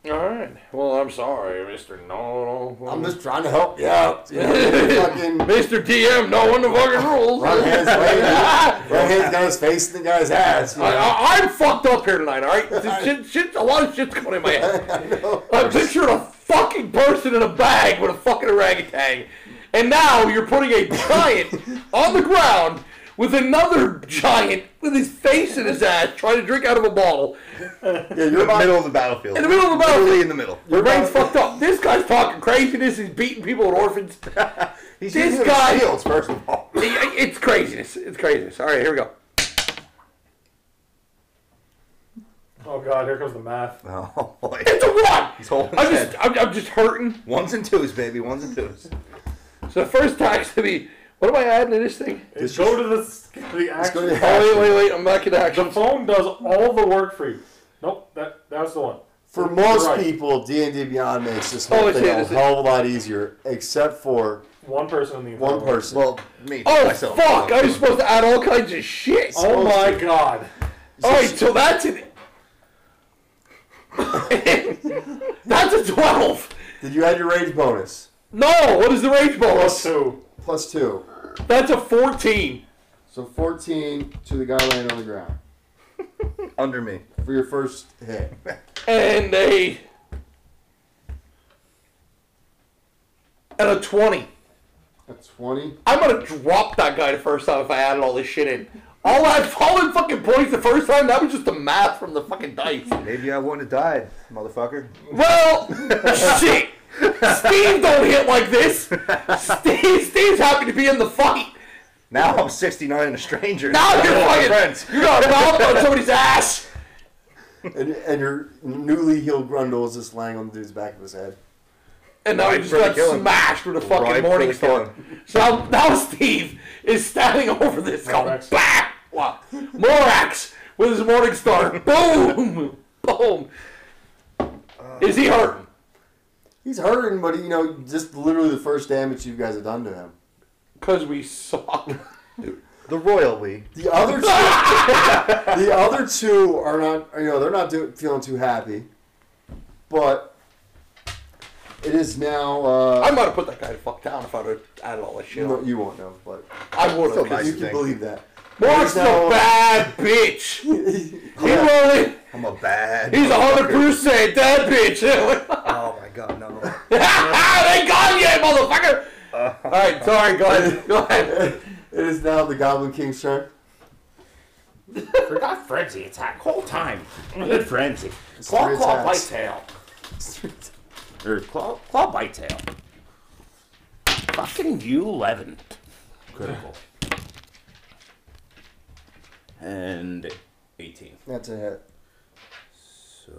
All right. Well, I'm sorry, Mister No. no. I'm just trying to help you out. You know, fucking right Mister DM, knowing the fucking rules. hand's way. Right hand's got his face in the guy's ass. You I, know? I, I'm fucked up here tonight, alright? Shit, shit, a lot of shit's going in my head. I'm picturing a fucking person in a bag with a fucking orangutan. And now you're putting a giant on the ground with another giant with his face in his ass trying to drink out of a bottle Yeah, you're about middle of the battlefield. in the middle of the Literally battlefield. in the middle. My brain's fucked up. This guy's talking craziness. He's beating people and orphans. He's This using guy- shields, first of all. It's craziness. It's craziness. All right, here we go. Oh god, here comes the math. Oh boy. It's a one. He's holding I'm his just, head. I'm, I'm just hurting. Ones and twos, baby. Ones and twos. So the first tax to me. What am I adding to this thing? This go to the s- the go action. to the Oh wait, wait, wait! I'm back in The action. phone does all the work for you. Nope, that that was the one. For most Right. people, D and D Beyond makes this Oh, whole it's thing it, a it's it. hell of a lot easier, except for One person in the one entire world. person. Well, me. Oh myself. fuck! I was supposed to add all kinds of shit. Oh Supposed my to. god. All right, so that's an. that's a twelve. Did you add your rage bonus? No, what is the rage Plus bonus? two. Plus two. That's a fourteen. So 14 to the guy laying on the ground Under me. for your first hit. and a and a twenty. A 20. I'm gonna drop that guy the first time if I added all this shit in. All that fallen fucking points the first time. That was just the math from the fucking dice. Maybe I wouldn't have died, motherfucker. Well, shit. Steve don't hit like this. Steve, Steve's happy to be in the fight. Now I'm 69 and a stranger. Now you're fucking friends. You got a mouth on somebody's ass. And, and your newly healed Grundle is just laying on the dude's back of his head. And now he Ripe just for the got killing. smashed with a fucking Ripe for the morning star. So I'm- now Steve is standing over this going Morax. BAM! Wow. Morax with his morning star. Boom! Boom. Uh, Is he hurting? He's hurting, but you know, just literally the first damage you guys have done to him. Because we suck. The royal we. The other two, the other two are not. You know, they're not do, feeling too happy. But it is now. Uh, I might have put that guy to fuck down if I'd have added all this shit. you, know, on. you won't know, but I would Still have. nice. you to can think. believe that. Mark's He's a now- bad bitch. He Yeah. really, I'm a bad. he's a hundred motherfucker. percent that bitch. Oh my god, no. they got you, motherfucker. All right, sorry, go ahead, go ahead. It is now the Goblin King's turn. Forgot frenzy attack whole time. Good frenzy. Claw, three claw, bite attacks. tail. Or claw, claw, bite tail. Fucking you, eleven. Critical. And eighteen. That's a hit. So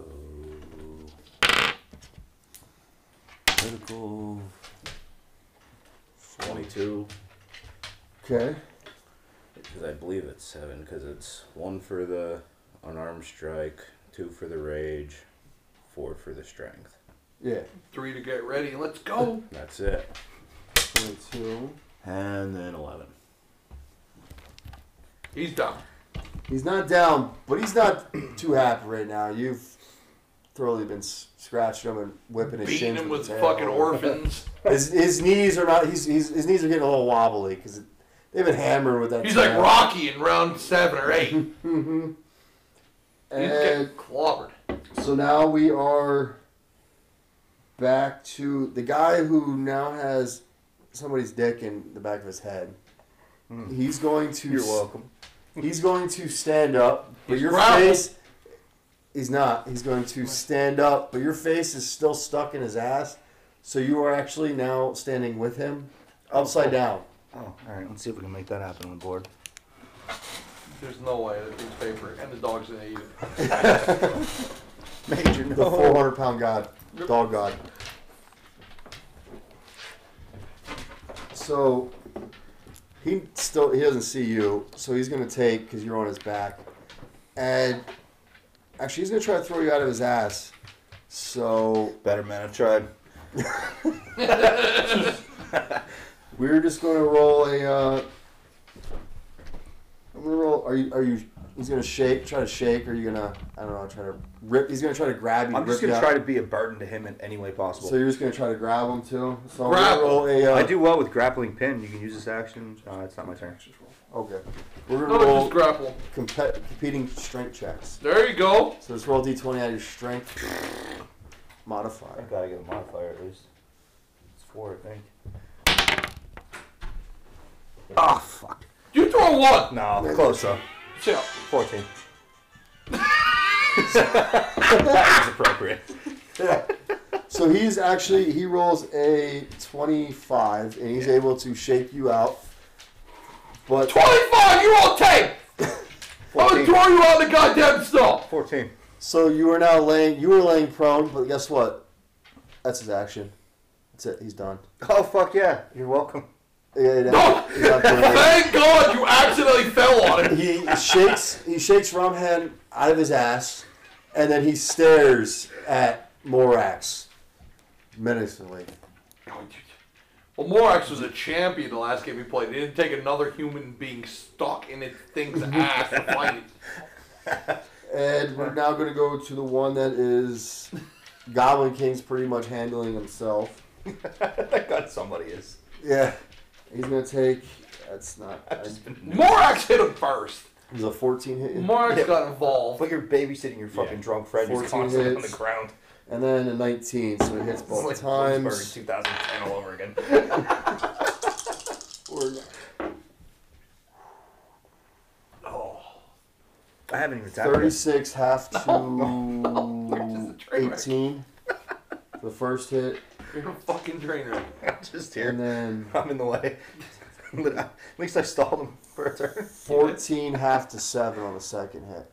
critical. Twenty-two. Okay. Because I believe it's seven, because it's one for the unarmed strike, two for the rage, four for the strength. Yeah. Three to get ready. Let's go. That's it. 22. And then 11. He's done. He's not down, but he's not too happy right now. You've thoroughly been s- scratching him and whipping his Beating shins him with the tail. fucking orphans. His, his knees are not. He's, he's, his knees are getting a little wobbly because they've been hammered with that. He's like tail. Rocky in round seven or eight. He's And getting clobbered. so now we are back to the guy who now has somebody's dick in the back of his head. Hmm. He's going to. You're s- welcome. He's going to stand up, but He's your grappled. face. He's not. He's going to stand up, but your face is still stuck in his ass. So you are actually now standing with him, upside down. Oh, alright, let's see if we can make that happen on the board. There's no way that piece of paper and the dog's gonna eat it. Major The no. 400 pound god, dog god. So he still he doesn't see you, so he's gonna take because you're on his back, and actually he's gonna try to throw you out of his ass. So Better man, I've tried. We're just going to roll a. Uh, I'm gonna roll. Are you? Are you? He's gonna shake. Try to shake. Or are you gonna? I don't know. Try to rip. He's gonna try to grab you. I'm just rip gonna you try out. to be a burden to him in any way possible. So you're just gonna try to grab him too. So Grab. I'm gonna roll a. Uh, I do well with grappling pin. You can use this action. No, it's not my turn. Okay. We're gonna No, roll just grapple. compe- competing strength checks. There you go. So just roll d20 out of your strength modifier. gotta get a modifier at least. It's four, I think. Oh fuck. You throw one. No, close though. Chill. 14. that was appropriate. Yeah. So he's actually he rolls a twenty-five, and he's able to shake you out. But 25, you all take. I'm gonna 14. throw you on the goddamn stump. 14. so you are now laying you were laying prone, but guess what? That's his action. That's it. He's done. Oh, fuck yeah. You're welcome. Yeah, yeah, No. he's not doing it. Thank God you accidentally fell on it. he shakes he shakes Ramhan out of his ass, and then he stares at Morax menacingly. Well, Morax was a champion the last game he played. He didn't take another human being stuck in its thing's ass to fight it. And we're now going to go to the one that is Goblin King's pretty much handling himself. Thank God somebody is. Yeah, he's going to take. That's not. It Morax hit him first. was a 14 hit, Morax got involved. Like you're babysitting your fucking Yeah. drunk friend 14 who's constantly on hits. the ground. and then a 19, so it hits It's both like Bloomsburg times. in 2010 all over again. Or- I haven't even tapped it. 36 half to just a train wreck. 18. The first hit, You're a fucking trainer. I'm just here. and then I'm in the way. At least I stalled him for a turn. 14 half to seven on the second hit.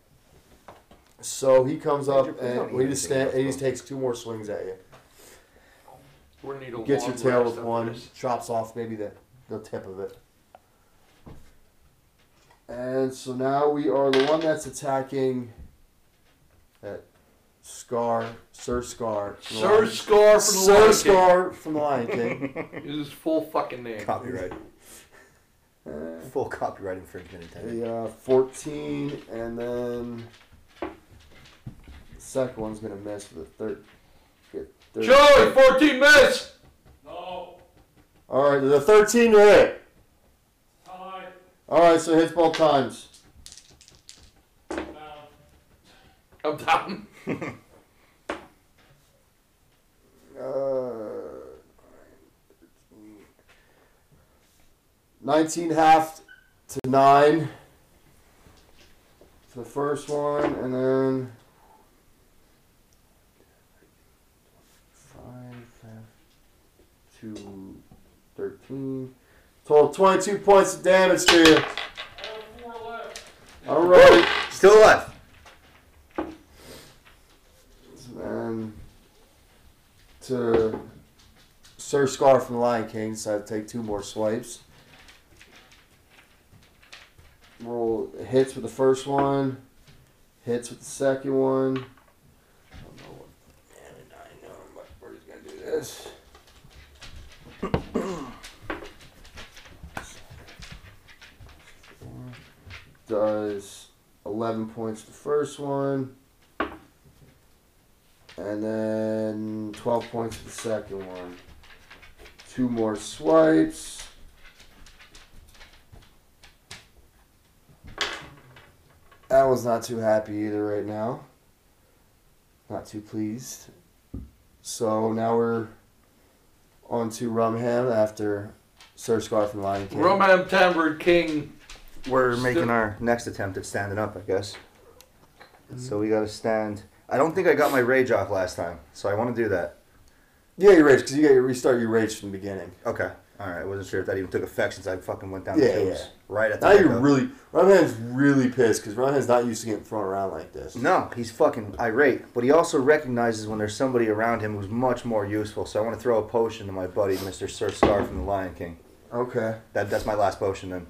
So he comes up Andrew, please don't and eat well, he just anything stand, else, and he just bro. takes two more swings at you. We're gonna need a Gets long your tail rest with after one, this. chops off maybe the, the tip of it. And so now we are the one that's attacking that Scar, Sir Scar. from the Sir Lion- Scar from the Sir Lion Scar from the Lion King. King. Is his full fucking name. Copyright. Uh, Full copyright infringement intended. The uh, 14, and then the second one's gonna mess with the third. Good. third- Joey, 14 minutes. No, All right, the 13 to hit. tie, All right, so hits both times. down. I'm down. Uh, 19 half to nine. To the first one, and then five half to 13. Total 22 points of damage to you. All right. Still alive. Um, to Sir Scar from The Lion King, decided to take two more swipes. Roll hits with the first one, hits with the second one. I don't know what damn it, I know, but we're just gonna do this. Does 11 points the first one. And then 12 points for the second one. Two more swipes. That one's not too happy either right now. Not too pleased. So now we're on to Rumham after Sir Scar from Lion King. Roman Tambor King. We're Still- making our next attempt at standing up, I guess. So we gotta stand. I don't think I got my rage off last time, so I want to do that. yeah, your rage, because you got to restart your rage from the beginning. Okay. All right. I wasn't sure if that even took effect since I fucking went down Yeah, the tubes yeah. right at the Now echo. you're really, Rumham's really pissed because Rumham's not used to getting thrown around like this. No, he's fucking irate, but he also recognizes when there's somebody around him who's much more useful. So I want to throw a potion to my buddy, Mr. Sir Scar from the Lion King. Okay. That that's my last potion. Then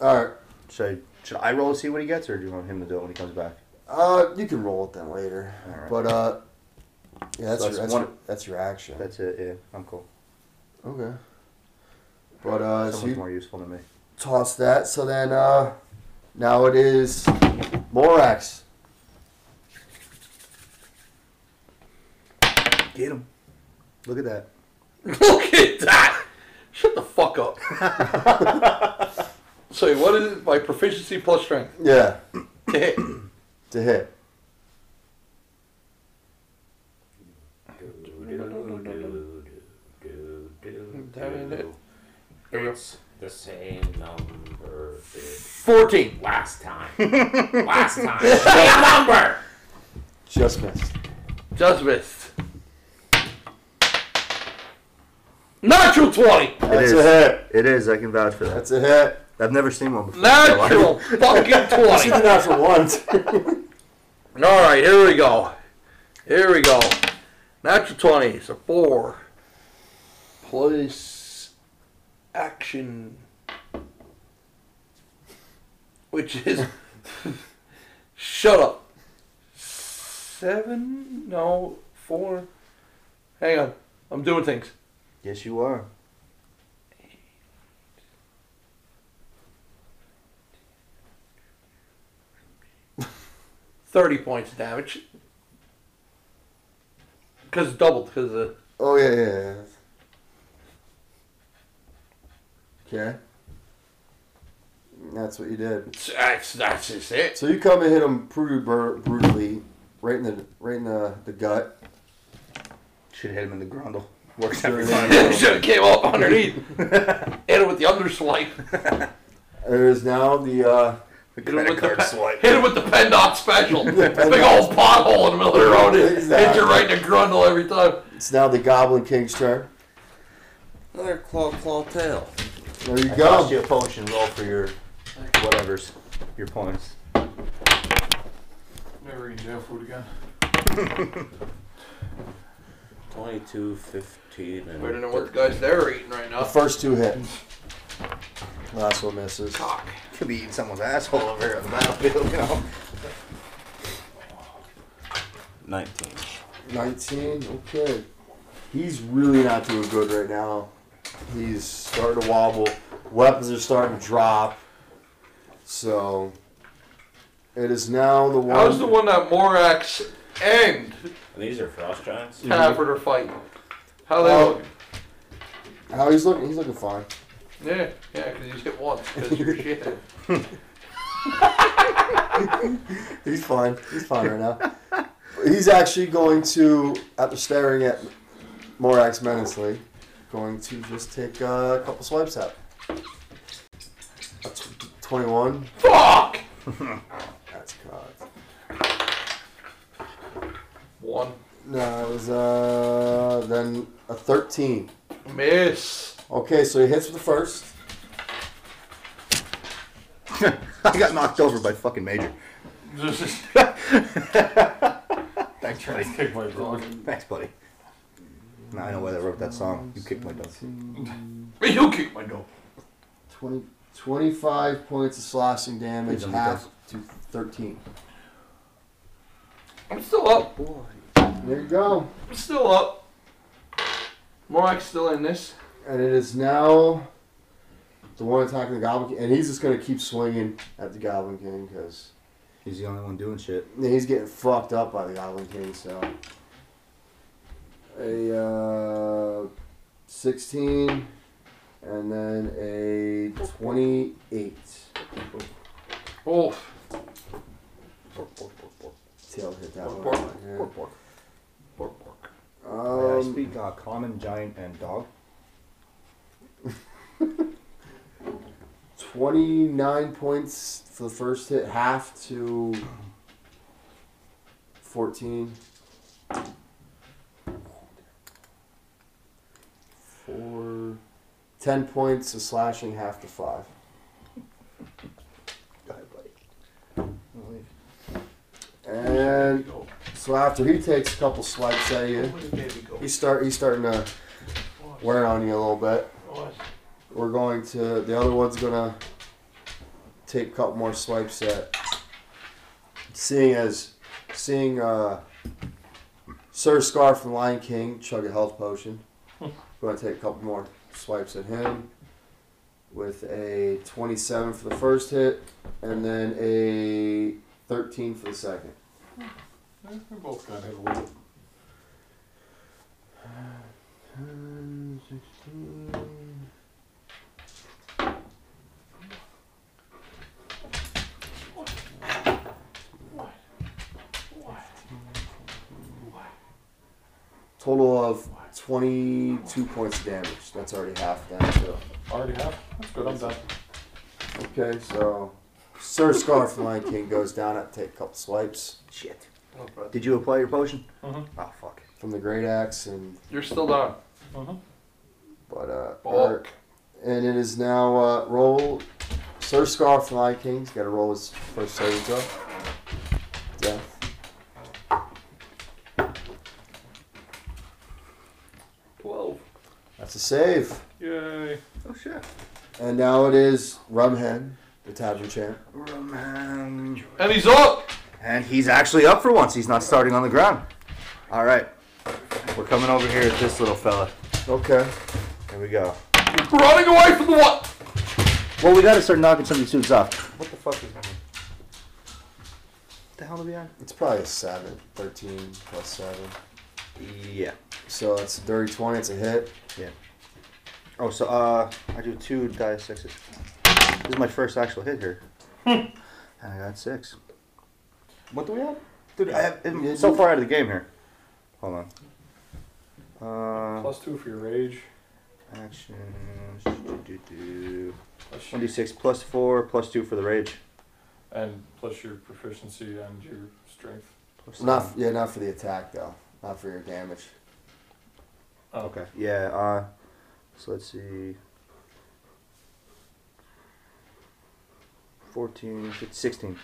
All right. should I, should I roll to see what he gets, or do you want him to do it when he comes back? Uh, you can roll it then later. Alright. But uh, yeah, that's your, So that's that's, one- your, that's your action. That's it. Yeah, I'm cool. okay. But uh, so Someone's you more useful than me. toss that. So then uh, now it is Morax. Get him. Look at that. Look at that. Shut the fuck up. so what is it? My proficiency plus strength. Yeah, To hit. to hit. That ain't it. It's the same number. River did 14. last time. last time. Same number. Just missed. Just missed. Natural 20. That's is. a hit. It is. I can vouch for that. That's a hit. I've never seen one before. Natural fucking 20. Even after once. All right, here we go. Here we go. Natural 20, so 4. Plus action. Which is. shut up. 7? No, 4. Hang on. I'm doing things. Yes, you are. Thirty points of damage. Because doubled. Because uh, Oh yeah, yeah, yeah. Okay. That's what you did. that's that's just it. So you come and hit him pretty bur- brutally, right in the right in the, the gut. Should hit him in the grundle. Works Sure. every time. Should have came up underneath. Hit it with the underswipe. There is now the uh, Hit him with the card pe- swipe. Hit him with the PennDOT special. Big PennDOT. old pothole in the middle of the road. It Hits Exactly. you right in the grundle every time. it's now the Goblin King's turn. Another claw, claw tail. There you I go. tossed you a potion roll for your whatever's, your points. Never eat jail food again. 22, 15, and Better than what the guys they're eating right The now. first two hit. Last one misses. Cock. Could be eating someone's asshole over here on the battlefield, you know. 19. 19. Okay. He's really not doing good right now. He's starting to wobble. Weapons are starting to drop. So it is now the one. How's the one that Morax and These are frost giants? Tavern are fighting? How they Oh. look? How he's looking? He's looking fine. Yeah, yeah, because he's hit once. 'cause you're shit. He's fine. He's fine right now. He's actually going to, after staring at Morax menacingly, going to just take uh, a couple swipes at. him. A tw- 21. Fuck! That's cocked. One. No, it was uh then a thirteen. Miss. Okay, so he hits with the first. I got knocked over by fucking Major. Just Thanks, buddy. just kick my dog. Thanks, buddy. Now I know why they wrote that song. You kicked my dog. You keep my dog. 20, 25 points of slashing damage, He's on the half to thirteen. I'm still up. There you go. I'm still up. Morax still in this. And it is now the one attacking the Goblin King, and he's just gonna keep swinging at the Goblin King because He's the only one doing shit. he's getting fucked up by the Goblin King. So a uh, sixteen, and then a twenty-eight. Oh, Tail hit that Pork, one. pork, yeah. pork, pork. Pork, pork. I Um, speak uh, common, giant, and dog. 29 points for the first hit, half to 14. Four. 10 points of slashing, half to 5. Go ahead, buddy. And so after he takes a couple swipes at you, he's, start, he's starting to wear on you a little bit. We're going to the other one's gonna take a couple more swipes at seeing as seeing uh, Sir Scarf from Lion King chug a health potion. We're gonna take a couple more swipes at him with a 27 for the first hit and then a 13 for the second. They're both kind of heavily. 10, 16. Total of 22 points of damage. That's already half down, so. Already have. That's good. I'm done. Okay, so Sir Scar from Lion King goes down. I take a couple swipes Shit. Did you apply your potion? Oh fuck. from the great axe, and You're still down. but uh, Bulk. and it is now uh, roll. Sir Scar from Lion King's got to roll his first saving throw. Death. Twelve. That's a save. Yay. Oh shit. And now it is Rumhen, the tavern champ. Um, And he's up. And he's actually up for once. He's not starting on the ground. All right. We're coming over here at this little fella. Okay. Here we go. Running away from the what? Well, we gotta start knocking some of these dudes off. What the fuck is that? The hell did we on? It's probably a 7. 13 plus 7. Yeah. So it's a dirty 20. It's a hit. Oh, so uh, I do two die sixes. This is my first actual hit here, Hmm. and I got six. What do we have, dude? I have I'm so far out of the game here. Hold on. Uh, Plus two for your rage. actions. Do, do, do. Plus One your, d six plus four plus two for the rage. and plus your proficiency and your strength. Plus Not, yeah, not for the attack, though. Not for your damage. Oh, Okay. Yeah. Uh, so let's see. 14, 15, 16.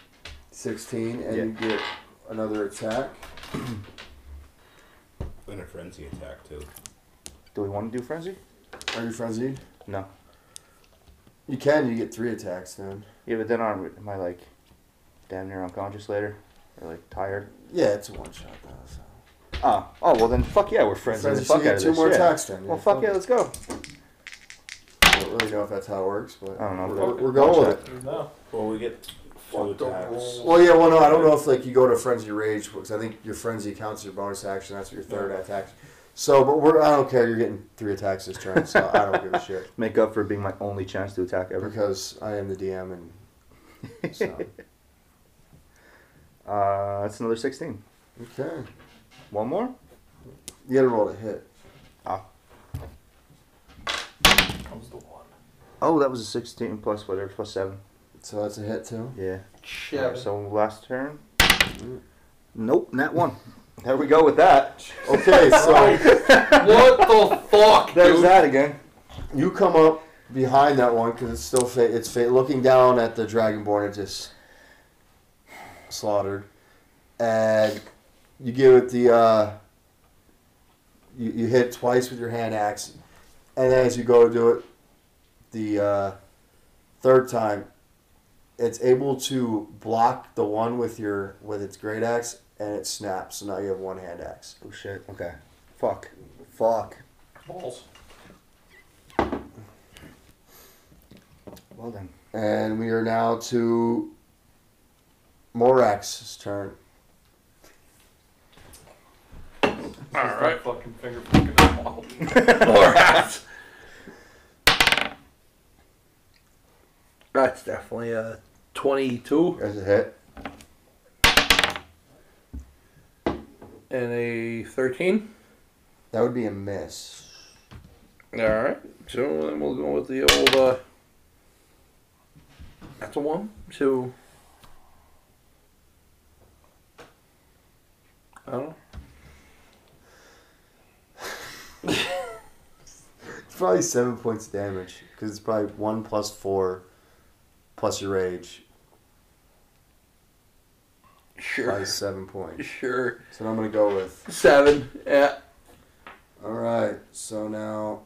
16, and Yeah. you get another attack. Then a frenzy attack too. Do we want to do frenzy? Are you frenzied? No. You can. You get three attacks then. Yeah, but then I'm, am I like damn near unconscious later? Or like tired? Yeah, it's a one shot though. So. Oh, oh well then fuck yeah, we're friends. and Frenzy, the so fuck you out get of two this. more yeah. attacks then. Well, fuck yeah, let's go. I don't really know if that's how it works, but I don't know. We're, we're going with it. No. Well, we get two attacks. Well, yeah, well, no, I don't know if like you go to frenzy rage because I think your frenzy counts as your bonus action. That's your third attack. So, but we're I don't care. You're getting three attacks this turn, so I don't give a shit Make up for being my only chance to attack ever. because I am the DM and. So. Uh, that's another 16. Okay, One more? you gotta roll to hit. Comes the one. Oh, that was a 16 plus whatever, plus 7. So that's a hit too. Yeah. Shit. So last turn. Nope, not one. There we go with that. Okay, so. what the fuck, There's dude? that again. You come up behind that one because it's still fa- it's fa- looking down at the dragonborn it just slaughtered, and you give it the uh, you you hit twice with your hand axe, and as you go to do it, the uh, third time, it's able to block the one with your with its great axe, and it snaps. So now you have one hand axe. Oh shit. Okay. Fuck. Fuck. Balls. Well then. And we are now to Morax's turn. All right. Fucking finger fucking ball. More hats. That's definitely a. Twenty-two That's a hit. and a thirteen. That would be a miss. All right. So then we'll go with the old. Uh, that's a one, two. I don't. know. It's probably seven points of damage because it's probably one plus four, plus your rage, Sure. probably seven points. Sure. So I'm gonna go with. Seven. Yeah. All right. So now.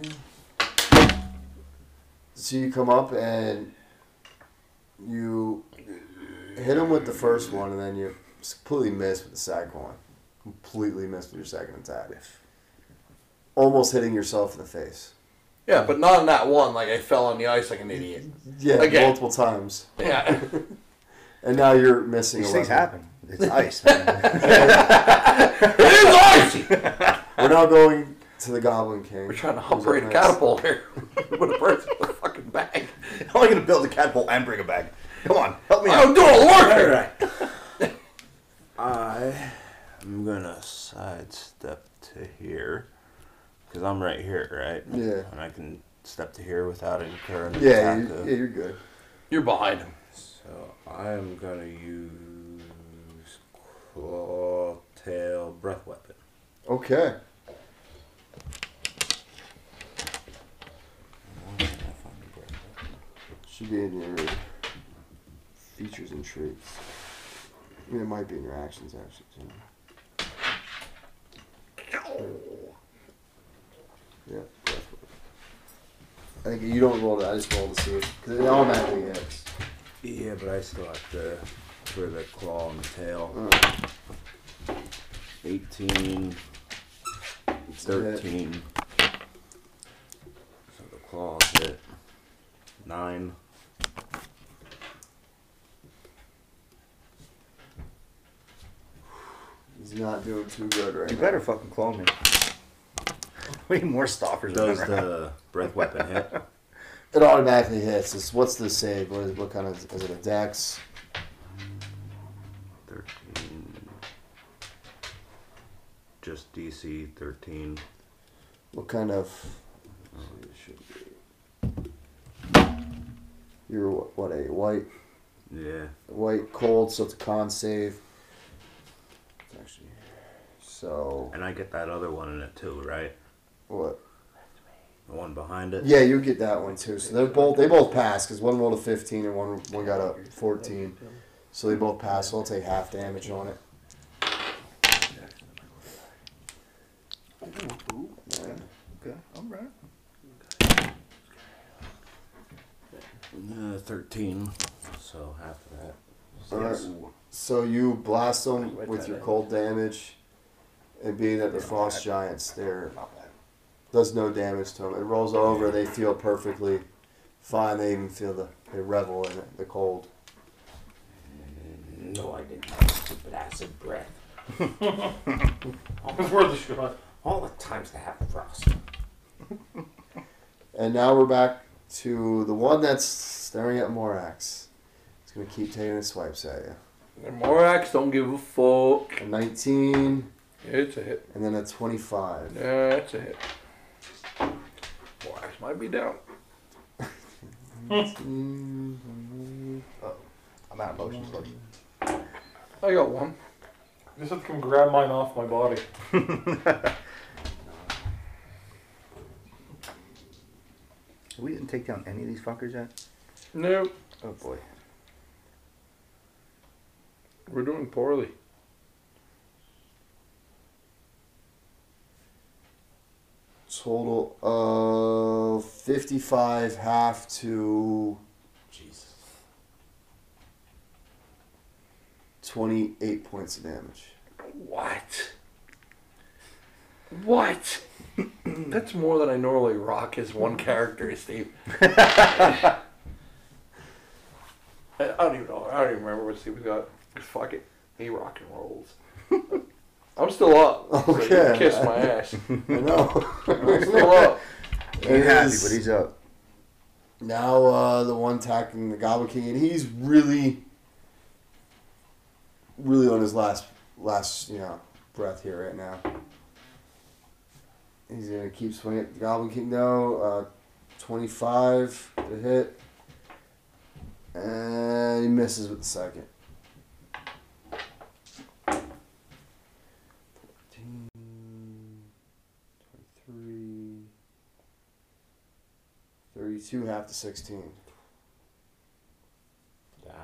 Yeah. So you come up and you hit him with the first one, and then you completely miss with the second one. Completely miss with your second attack. Almost hitting yourself in the face. Yeah, but not on that one. Like I fell on the ice like an idiot. Yeah, Again. multiple times. Yeah. And now you're missing. These a things weapon. happen. It's ice. Man. it is icy. We're now going to the Goblin King. We're trying to Who's up operate a next? catapult here with a person with a fucking bag. How am I gonna build a catapult and bring a bag? Come on, help me I out. don't do a work here. I am gonna sidestep to here because I'm right here, right? Yeah. And I can step to here without incurring an Yeah, attack you, of- yeah, you're good. You're behind him. So I am gonna use claw tail breath weapon. Okay. Should be in your features and traits. I mean, it might be in your actions, actually, too. Yeah. that's what- I think you don't roll it, I just roll to see it. Because it automatically hits. Yeah, but I still have to for the claw and the tail. Uh, 18, it's a hit. 13. So the claws hit 9. He's not doing too good right You now. better fucking clone me. We need more stoppers. Does running around. the breath weapon hit? It automatically hits. It's, what's the save? What, is, what kind of is it? A dex? 13. Just DC 13. What kind of? Oh, it should be. You're wh- what a white Yeah. white cold, so it's a con save. It's actually. So And I get that other one in it too, right? what? The one behind it? Yeah, you get that one too. So they're both they both pass because one rolled a fifteen and one one got a fourteen. So they both pass. So I'll take half damage on it. Okay, all right. Uh, 13. So half of that. All right. So you blast them with your cold damage, and being that they're frost giants, they're does no damage to them. It rolls over. They feel perfectly fine. They even feel the they revel in it, the cold. No, I didn't have stupid acid breath. It's worth a shot. All the times to have frost. And now we're back to the one that's staring at Morax. It's gonna keep taking its swipes at you. And Morax don't give a fuck. A 19, It's a hit. and then a 25. Yeah, it's a hit. Morax might be down. I'm out of motions. buddy. I got one. You just have to come grab mine off my body. We didn't take down any of these fuckers yet. No, Oh boy. we're doing poorly. Total of 55 half to Jesus. 28 points of damage. What? What? That's more than I normally rock as one character, Steve. I I don't even know. I don't even remember what Steve got. Fuck it. He rock and rolls. I'm still up. so you Okay. Kiss my ass. I know. I'm still up. He's happy, Is- but he's up. Now uh, the one attacking the Goblin King, and he's really, really on his last last you know breath here right now. He's gonna keep swinging at the Goblin King though. Uh, Twenty five to hit, and he misses with the second. Three, thirty-two, half to 16. Down.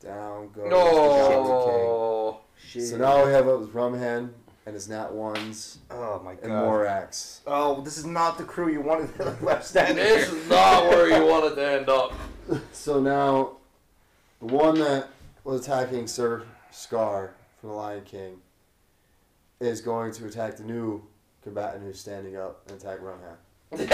Down goes the Goblin No. Shit. King. So now we have up Rumhen and his Nat ones oh my god. and Morax. Oh, this is not the crew you wanted left standing. This here. is not where you wanted to end up. So now the one that was attacking Sir Scar from the Lion King is going to attack the new combatant who's standing up and attack Rumhan.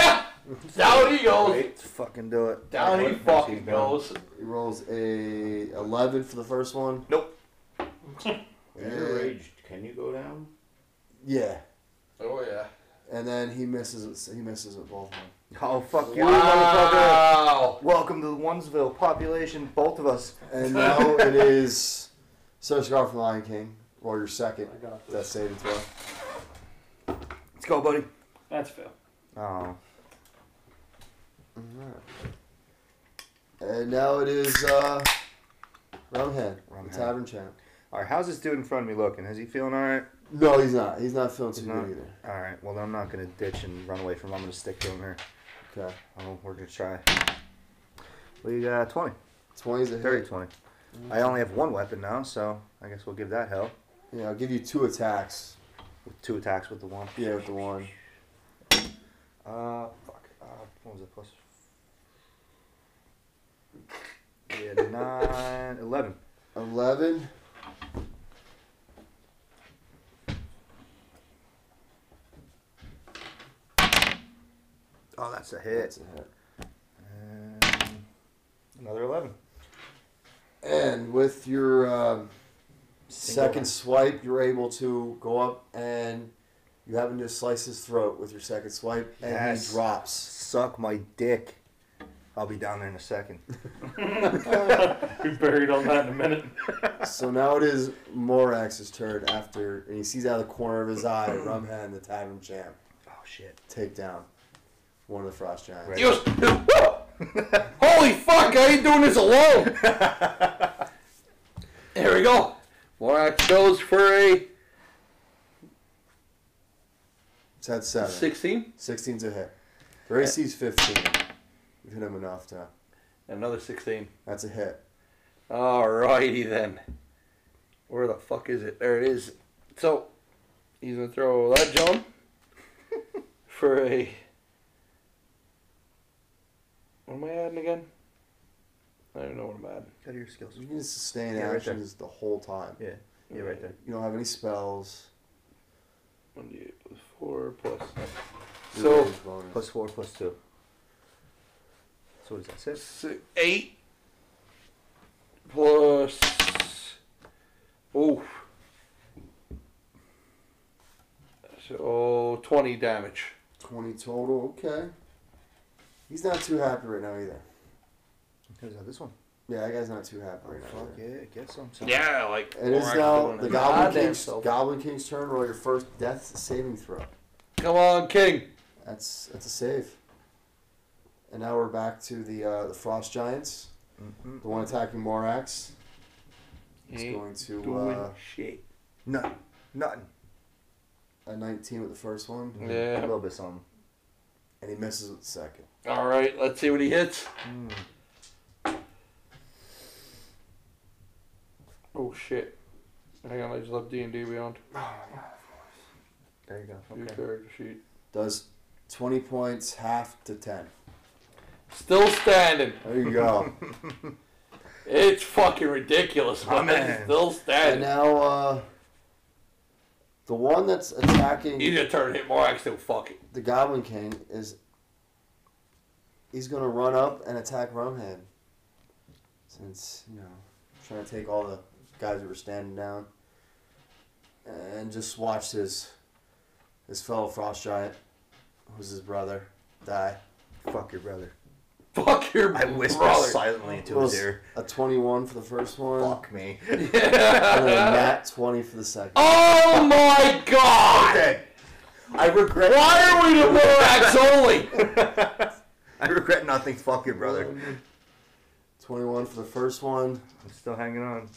down he goes. Let's fucking do it. Down he What? fucking goes. He rolls a 11 for the first one. Nope. When you're raged, can you go down? Yeah. Oh yeah. And then he misses he misses with both of them. Oh fuck you, motherfucker. Wow. Welcome to the Onesville population, both of us. And now it is Sir Scar from the Lion King. Roll your second. I got That's this. saving throw. Let's go, buddy. That's fail. Oh. And now it is uh, Rumhead, Rumhead. the tavern champ. All right, how's this dude in front of me looking? Is he feeling all right? No, he's not. He's not feeling too not? good either. All right. Well, I'm not gonna ditch and run away from him. I'm gonna stick to him here. Okay, Oh, we're gonna try. We got 20, twenty's a 30, hit. 20. I only have one weapon now, so I guess we'll give that hell. Yeah, I'll give you two attacks. With two attacks with the one. Yeah, with the one. Uh, fuck. Uh, what was it? Plus. Yeah, nine, eleven. 11. Oh, that's a That's hit. a hit. And another eleven. And with your um Single second one. swipe, you're able to go up and you happen to slice his throat with your second swipe, and Yes. he drops. Suck my dick. I'll be down there in a second. We buried all that in a minute. so now it is Morax's turn after, and he sees out of the corner of his eye Rumhead and the Tavern Champ Oh shit. take down one of the Frost Giants. Right. He goes, Holy fuck, I ain't doing this alone! Here we go. Lorax goes for a It's at 7. 16. 16's a hit. Your AC's 15. You've hit him enough to. Another 16. That's a hit. Alrighty then. Where the fuck is it? There it is. So, he's gonna throw that John for a. What am I adding again? I don't know what I'm adding. Cut your skills. You can sustain Yeah, right actions the whole time. Yeah. Yeah, right there. You don't have any spells. One D plus four plus. Your So range bonus. Plus four, plus two. So what is that? Six. si- eight plus. Oh. So twenty damage. 20 total. Okay. He's not too happy right now either. Who's that? This one. Yeah, that guy's not too happy right now. Fuck either. yeah, get some. son. Yeah, like It is Lorax now doing the it. Ah, Goblin Goddamn King's, self. Goblin King's turn. Roll your first death saving throw. Come on, King. That's that's a save. And now we're back to the uh, the Frost Giants. Mhm. The one attacking Morax is Ain't going to doing uh, shit. Nothing. Nothing. a 19 with the first one, A Yeah. little bit something. and he misses with the second. All right. Let's see what he hits. Mm. Oh shit! Hang on, I just left D and D Beyond. There you go. New Okay. character sheet. Does 20 points, half to 10. Still standing. There you go. It's fucking ridiculous, My but man. man. Still and standing. now uh, the one that's attacking. He's gonna turn hit more axe than fuck it. the Goblin King is he's gonna run up and attack Rumhead. Since, you know, trying to take all the guys that were standing down. And just watch his his fellow frost giant, who's his brother, die. Fuck your brother. Fuck your I whispered brother. silently into Well, his ear. a twenty one for the first one. Fuck me. And then a nat twenty for the second. Oh my god! I regret. Why are we the more axe only? I regret nothing. Fuck your brother. Twenty one for the first one. I'm still hanging on.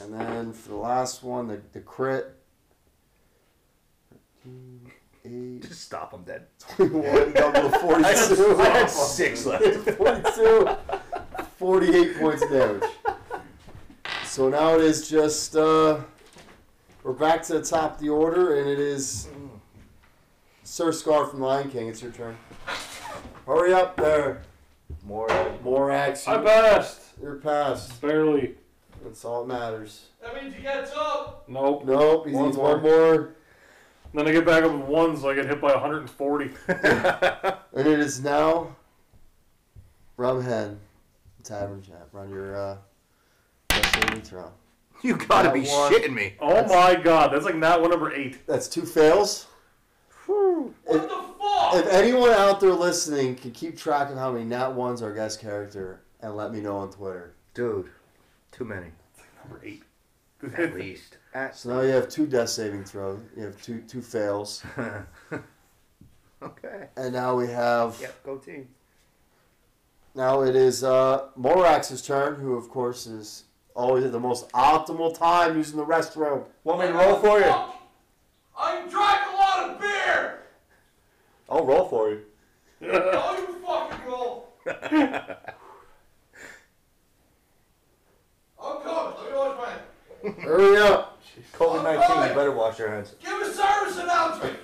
And then for the last one, the, the crit. 8, Just stop him dead. 21, double to 42. I had, I had six left. 42, 48 points of damage. So now it is just, uh, we're back to the top of the order, and it is Sir Scar from Lion King. It's your turn. Hurry up there, More. Morax. I You- passed. You're past. Barely. That's all that matters. That means he gets up. Nope. Nope, he One needs one more. Then I get back up with ones, so I get hit by 140. And it is now Rumhead, Tavern Champ. Run your, uh, death saving throw. You gotta That be one. shitting me. Oh my god, that's like not one number eight. That's two fails. What the fuck? If anyone out there listening can keep track of how many nat ones our guest character and let me know on Twitter. Dude, too many. Number eight. At least. At. So now you have two death saving throws. You have two two fails, okay. and now we have Yep. Go team. Now it is uh, Morax's turn, who of course is always at the most optimal time using the restroom. Want me to roll for you? I drank a lot of beer. I'll roll for you. No, Oh, you fucking roll. Oh, I'm coming. Let me wash my hands. Hurry up! COVID 19, you better wash your hands. Give a service announcement.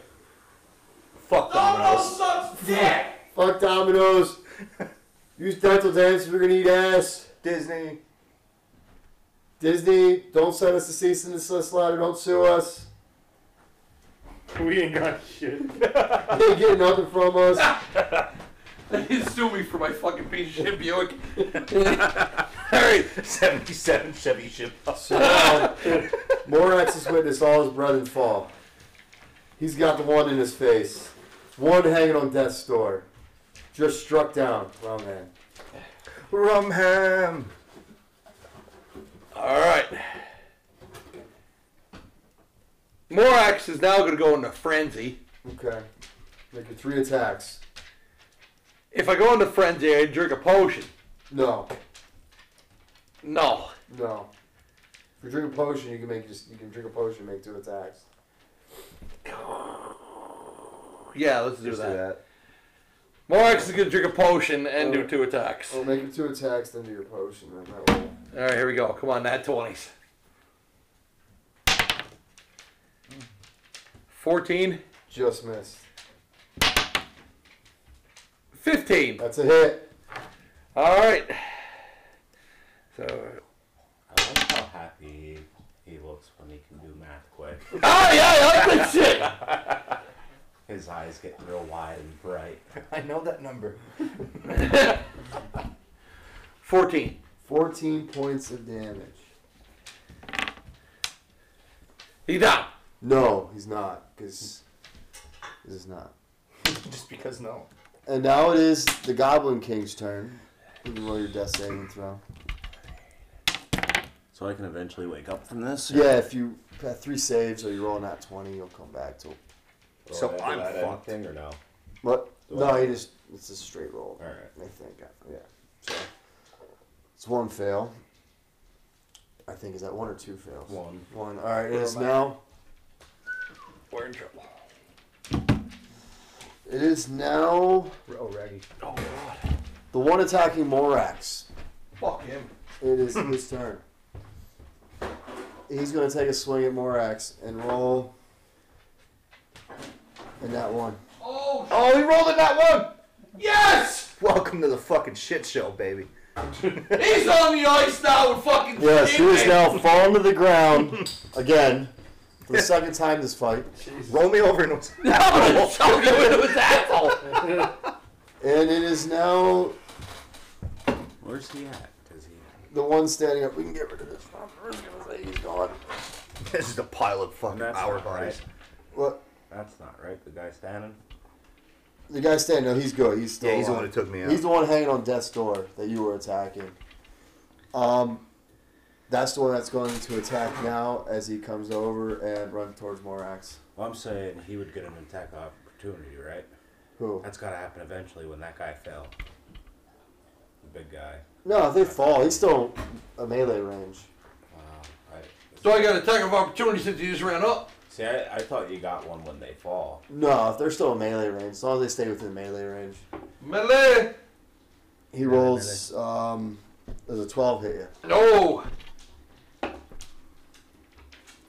Fuck Domino Domino's. sucks dick. Fuck Domino's. Use dental dams if you're gonna eat ass. Disney. Disney, don't send us a cease and desist letter. Don't sue us. We ain't got shit. You ain't getting nothing from us. They sue me for my fucking piece of shit Buick. Alright. 77 Chevy ship. So now, Morax has witnessed all his brethren fall. He's got the one in his face. One hanging on death's door. Just struck down. Wrong man. Rum ham. Alright. Morax is now going to go into frenzy. Okay. Make your three attacks. If I go into frenzy, I drink a potion. No. No. No. If you drink a potion, you can make just you can drink a potion and make two attacks. Yeah, let's do Just do that. that. Morax is going to drink a potion and do two attacks. Well, make your two attacks, then do your potion. Then that will. Alright, here we go. Come on, that 20s. 14. Just missed. 15. That's a hit. Alright. So. I like how happy he looks when he can do math quick. Oh, yeah, I like that shit! His eyes get real wide and bright. I know that number. 14. 14 points of damage. He down. No, he's not, because this is not. Just because no. And now it is the Goblin King's turn. You can roll your death saving throw. So I can eventually wake up from this. Yeah, if you got three saves or you roll not 20, you'll come back to So I'm fucked. Thing or no? But Do no, I- you just it's a straight roll. All right. I think. uh, Yeah. So it's one fail. I think is that one or two fails? One. One. All right. It is now. We're in trouble. It is now Oh, Raggy. Oh, God. the one attacking Morax. Fuck him. It is his turn. He's going to take a swing at Morax and roll. And that one. Oh, sh- Oh, he rolled in that one! yes! Welcome to the fucking shit show, baby. He's on the ice now with fucking Yes, he is teammates. now fallen to the ground again for the second time this fight. Roll me over and. No, so good it was asshole. And it is now Where's he at? Does he? the one standing up. We can get rid of this one. We're just going to say he's gone. this is a pile of fucking That's hour not right. bodies. Well, That's not right. The guy standing. the guy standing up, he's good. He's still Yeah, he's the one alive. who took me out. He's the one hanging on death's door that you were attacking. Um, that's the one that's going to attack now as he comes over and runs towards Morax. Well, I'm saying he would get an attack opportunity, right? Who? That's gotta happen eventually when that guy fell. The big guy. No, if they fall, he's still a melee range. Wow. I, So I got an attack of opportunity since you just ran up. see, I, I thought you got one when they fall. No, if they're still a melee range, as long as they stay within melee range. Melee. He rolls. Um, does a twelve hit you? No.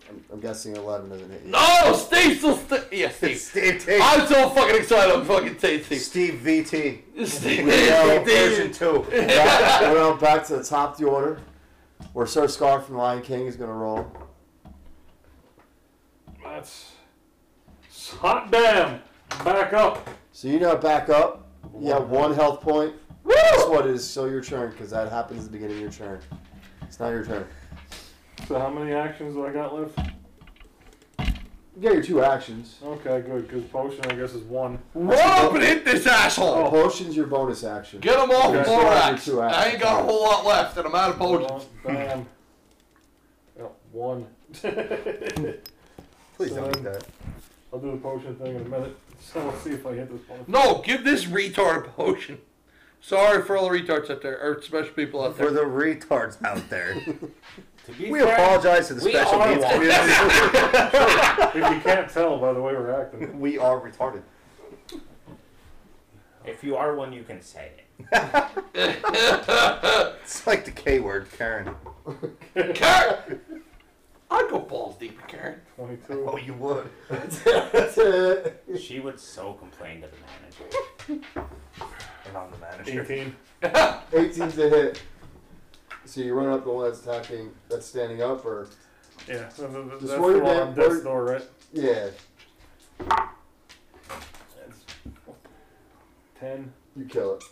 I'm, I'm guessing eleven doesn't hit you. No, Steve still. St- yeah, Steve. Steve T. I'm so fucking excited. I'm fucking saying Steve. Steve VT. Steve. know, Steve. two. Back, we're now back to the top of the order, where Sir Scar from Lion King is going to roll. That's hot damn. Back up. So you now back up. You have one health point. That's what it is. So your turn, because that happens at the beginning of your turn. It's not your turn. So how many actions do I got left? You got your two actions. Okay, good. Because potion, I guess, is one. Run up and hit this asshole. Potion's your bonus action. Oh. Get him off Okay. of Two Morax. actions. I ain't got a whole lot left, and I'm out of potions. Well, Bam. Got one. Please don't eat that. I'll do the potion thing in a minute. So we'll see if I hit this one. No, give this retard a potion. Sorry for all the retards out there, or special people out For there. the retards out there, To be we fair, apologize to the we special are needs one. community. If you can't tell by the way we're acting, we are retarded. If you are one, you can say it. It's like the K word, Karen. Karen! I'd go balls deep in Karen. 22. Oh, you would. She would so complain to the manager. And I'm the manager. 18. 18 to hit. So you run up the one that's attacking, that's standing up, or Yeah, so th- th- that's Just the roll your one on damn- roll- death's door, right? yeah, 10. you kill it.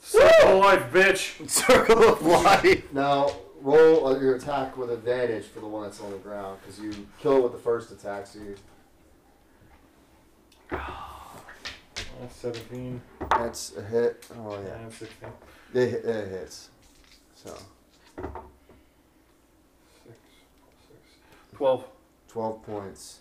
Circle life, bitch! Circle of life. Now roll uh, your attack with advantage for the one that's on the ground because you kill it with the first attack. So you, That's 17. that's a hit. Oh yeah, And 16. it, hit- it hits. So 6. 12. 12 points.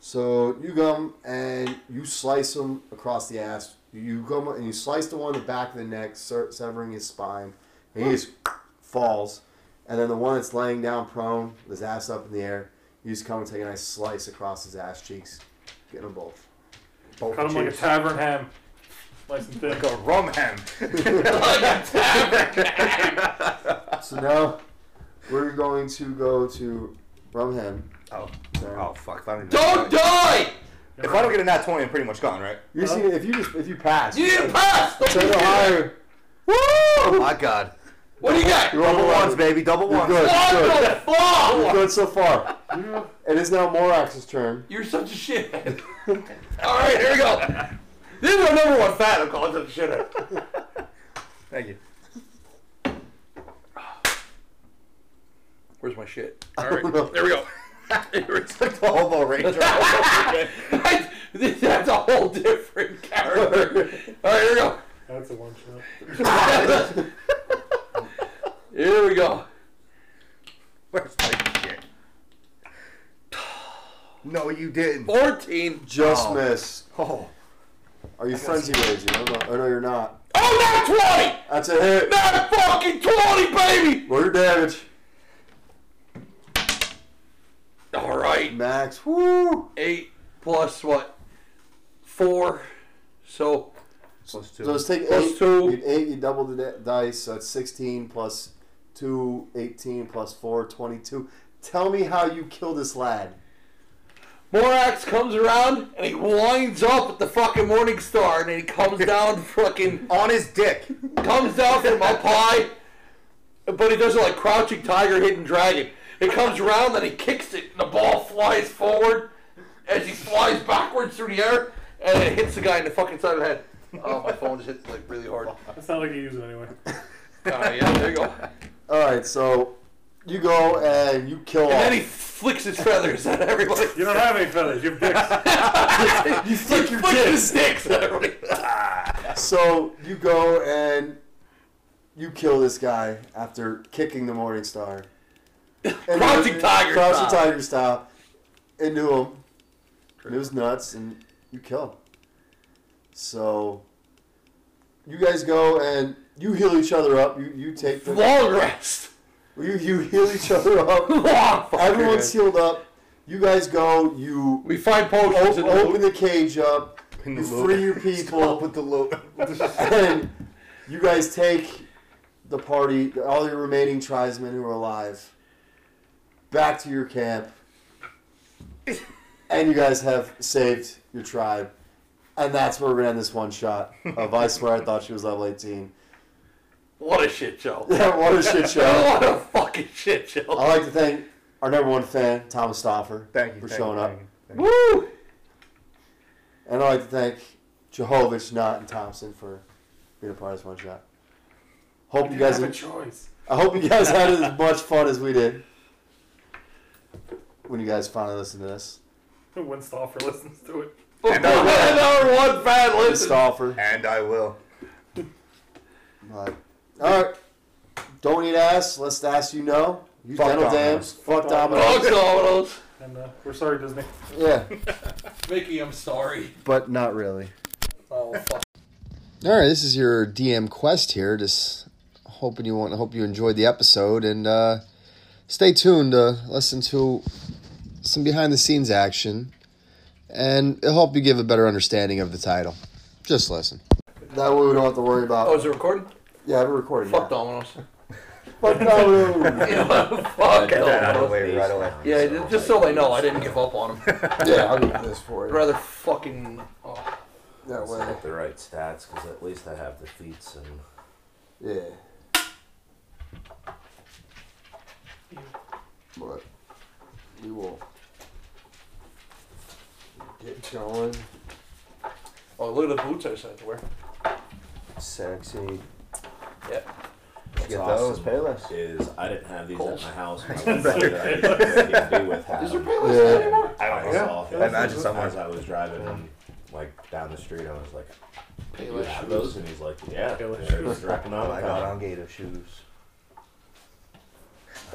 So you come and you slice him across the ass. You come and you slice the one in the back of the neck, ser- severing his spine. And he just falls. And then the one that's laying down prone, with his ass up in the air, you just come and take a nice slice across his ass cheeks. Get them both. Cut him like a tavern ham. Nice and thin. Like a rum ham. So now we're going to go to Rumham. Oh, Sorry. oh fuck. If I don't, even- Don't die! if I don't get a nat 20, I'm pretty much gone, right? You see, if you just if you pass, You need a pass! Don't take be a scared. higher. Oh my god. What do you got? You're Double over ones, one. baby. Double You're ones. good. good. What the fuck? We're good so far. It is now Morax's turn. You're such a shit. Alright, here we go. This is our number one fan. I'm calling such shit out. Thank you. Where's my shit? Alright, there we go. It's like the hobo ranger. That's a whole different character. Alright, here we go. That's a one shot. Here we go. Where's my shit? No, you didn't. 14. Just Oh. missed. Oh. Are you frenzy raging? Oh no, oh, no you're not. Oh, not 20! That's a hit. Not fucking 20, baby! Roll your damage. Alright, Max. Woo! 8 plus what? 4. So, Plus two. So let's take Plus eight. two. You, eight, you double the di- dice, so it's 16 plus 2, 18 plus 4, 22. Tell me how you kill this lad. Morax comes around and he winds up at the fucking Morning Star and then he comes down fucking on his dick. comes down from up high, but he does it like crouching tiger, hidden dragon. It comes around and he kicks it, and the ball flies forward as he flies backwards through the air, and it hits the guy in the fucking side of the head. Oh, my phone just hit like really hard. Uh, That's not like you use it anyway. yeah, there you go. And Alright, so you go and you kill then he off. flicks his feathers at everybody. You don't have any feathers. You have dicks. You flick your Flicks dick. his dicks at everybody. Ah, So you go and you kill this guy after kicking the Morning Star. And Crouching then- Tiger Crouching style. Tiger style. Into him. And it was nuts, and you kill him. So you guys go and you heal each other up. You you take the Long rest. you you heal each other Long up. fucker. Everyone's healed up. You guys go. You We find potions op- in the open the cage up. In You the free your Up people with the low. and you guys take the party, all your remaining tribesmen who are alive, back to your camp, and you guys have saved your tribe. And that's where we're gonna end this one shot of I swear I thought she was level eighteen. What a shit show. Yeah, what a shit show. What a fucking shit show. I'd like to thank our number one fan, Thomas Stoffer, Thank you. for thank you, showing up. thank you, thank you. Woo! And I'd like to thank Jehovah's Knott and Thompson for being a part of this one shot. Hope you guys have a en- choice. I hope you guys had as much fun as we did when you guys finally listened to this. When Stoffer listens to it. Number one fan listen. Stoffer. And I will. All right. Don't eat ass. Let's ass you know. Use Fuck dental dominoes. dams. Fuck Fuck dominoes. Domino's. And uh, we're sorry, Disney. Yeah, Mickey, I'm sorry. but not really. Oh, fuck. All right, this is your DM quest here. Just hoping you want, hope you enjoyed the episode, and uh, stay tuned to listen to some behind the scenes action, and it'll help you give a better understanding of the title. Just listen. That way we don't have to worry about. Oh, is it recording? yeah, we're recording. Fuck Domino's. Fuck no. Fuck Get that out of the Domino's. way right away. Yeah, ju- just so they know, I didn't give up on them. yeah, I'll get this for I'd you. rather fucking. Oh, That Let's way, get the right stats because at least I have the feats and yeah. But we will get going. oh, look at the boots I just had to wear. Sexy. Yeah. What's Get those awesome Payless. is I didn't have these Coles. at my house. and I was like, I didn't do with Is there having them. payless Yeah. anymore? I Yeah. saw I them imagine someone- as I was driving like down the street. I was like, "You Payless have shoes. those?" And he's like, "Yeah." Payless they're shoes. wrapping Oh, up. I got on Gator shoes. I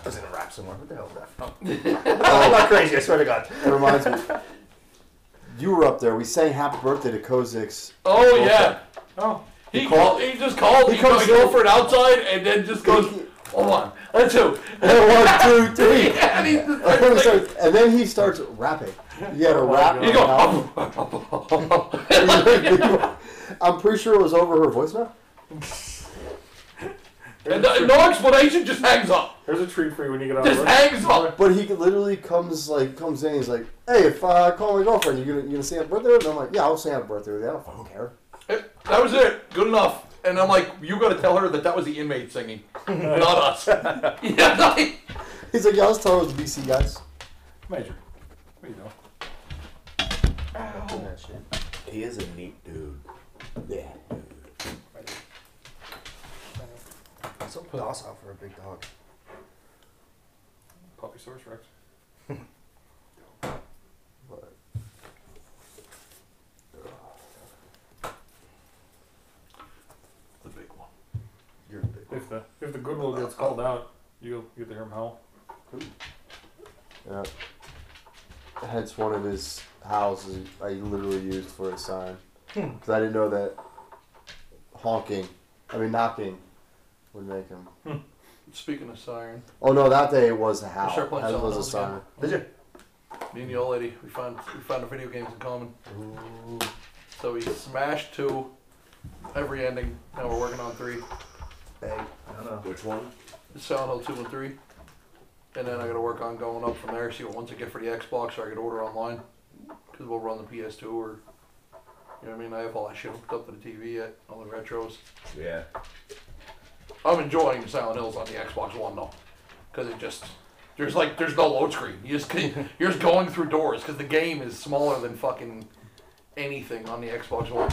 was gonna rap somewhere. What the hell was that from? I'm not crazy. I swear to God. It reminds me. You were up there. We sang "Happy Birthday" to Kozix. Oh yeah. Oh, He called. He just called. He, comes over outside and then just goes. Hold on. Let's do. One, two, three. And he just, And then he starts, and then he starts rapping. You had a rap. he going goes. out. I'm pretty sure it was over her voicemail. and no- no explanation. Just hangs up. here's a treat for you when you get out of Just work. hangs up. But he could literally comes like comes in. He's like, "Hey, if I call my girlfriend, you gonna you gonna sing happy birthday?" And I'm like, "Yeah, I'll sing happy birthday. with you. I don't fucking care." That was it. Good enough. And I'm like, you gotta tell her that that was the inmate singing, not us. yeah, like, He's like, "Yeah, I was telling those BC guys." Major. What you know? He is a neat dude. Yeah. So DOS out for a big dog. Puppy source rex. the big one. You're a big. If the if the goodwill gets called out, you'll get to hear him howl. Yeah. Hence, one of his houses I literally used for a sign Hmm. because I didn't know that honking, I mean knocking, would make him. Speaking of siren, Oh no, that day it was a howl. sure played That Zelda was a this sign. time. Did you? me and the old lady, we found we found the video games in common. So we smashed two, every ending. Now we're working on three. Hey, I don't know. Which one? Silent Hill two and three, and then I gotta work on going up from there. See what ones I get for the Xbox, or I could order online, because we'll run the PS two or. You know what I mean? I have all that shit hooked up to the TV yet, all the retros. Yeah. I'm enjoying Silent Hills on the Xbox One though, because it just there's like there's no load screen. You just you're just going through doors because the game is smaller than fucking anything on the Xbox One.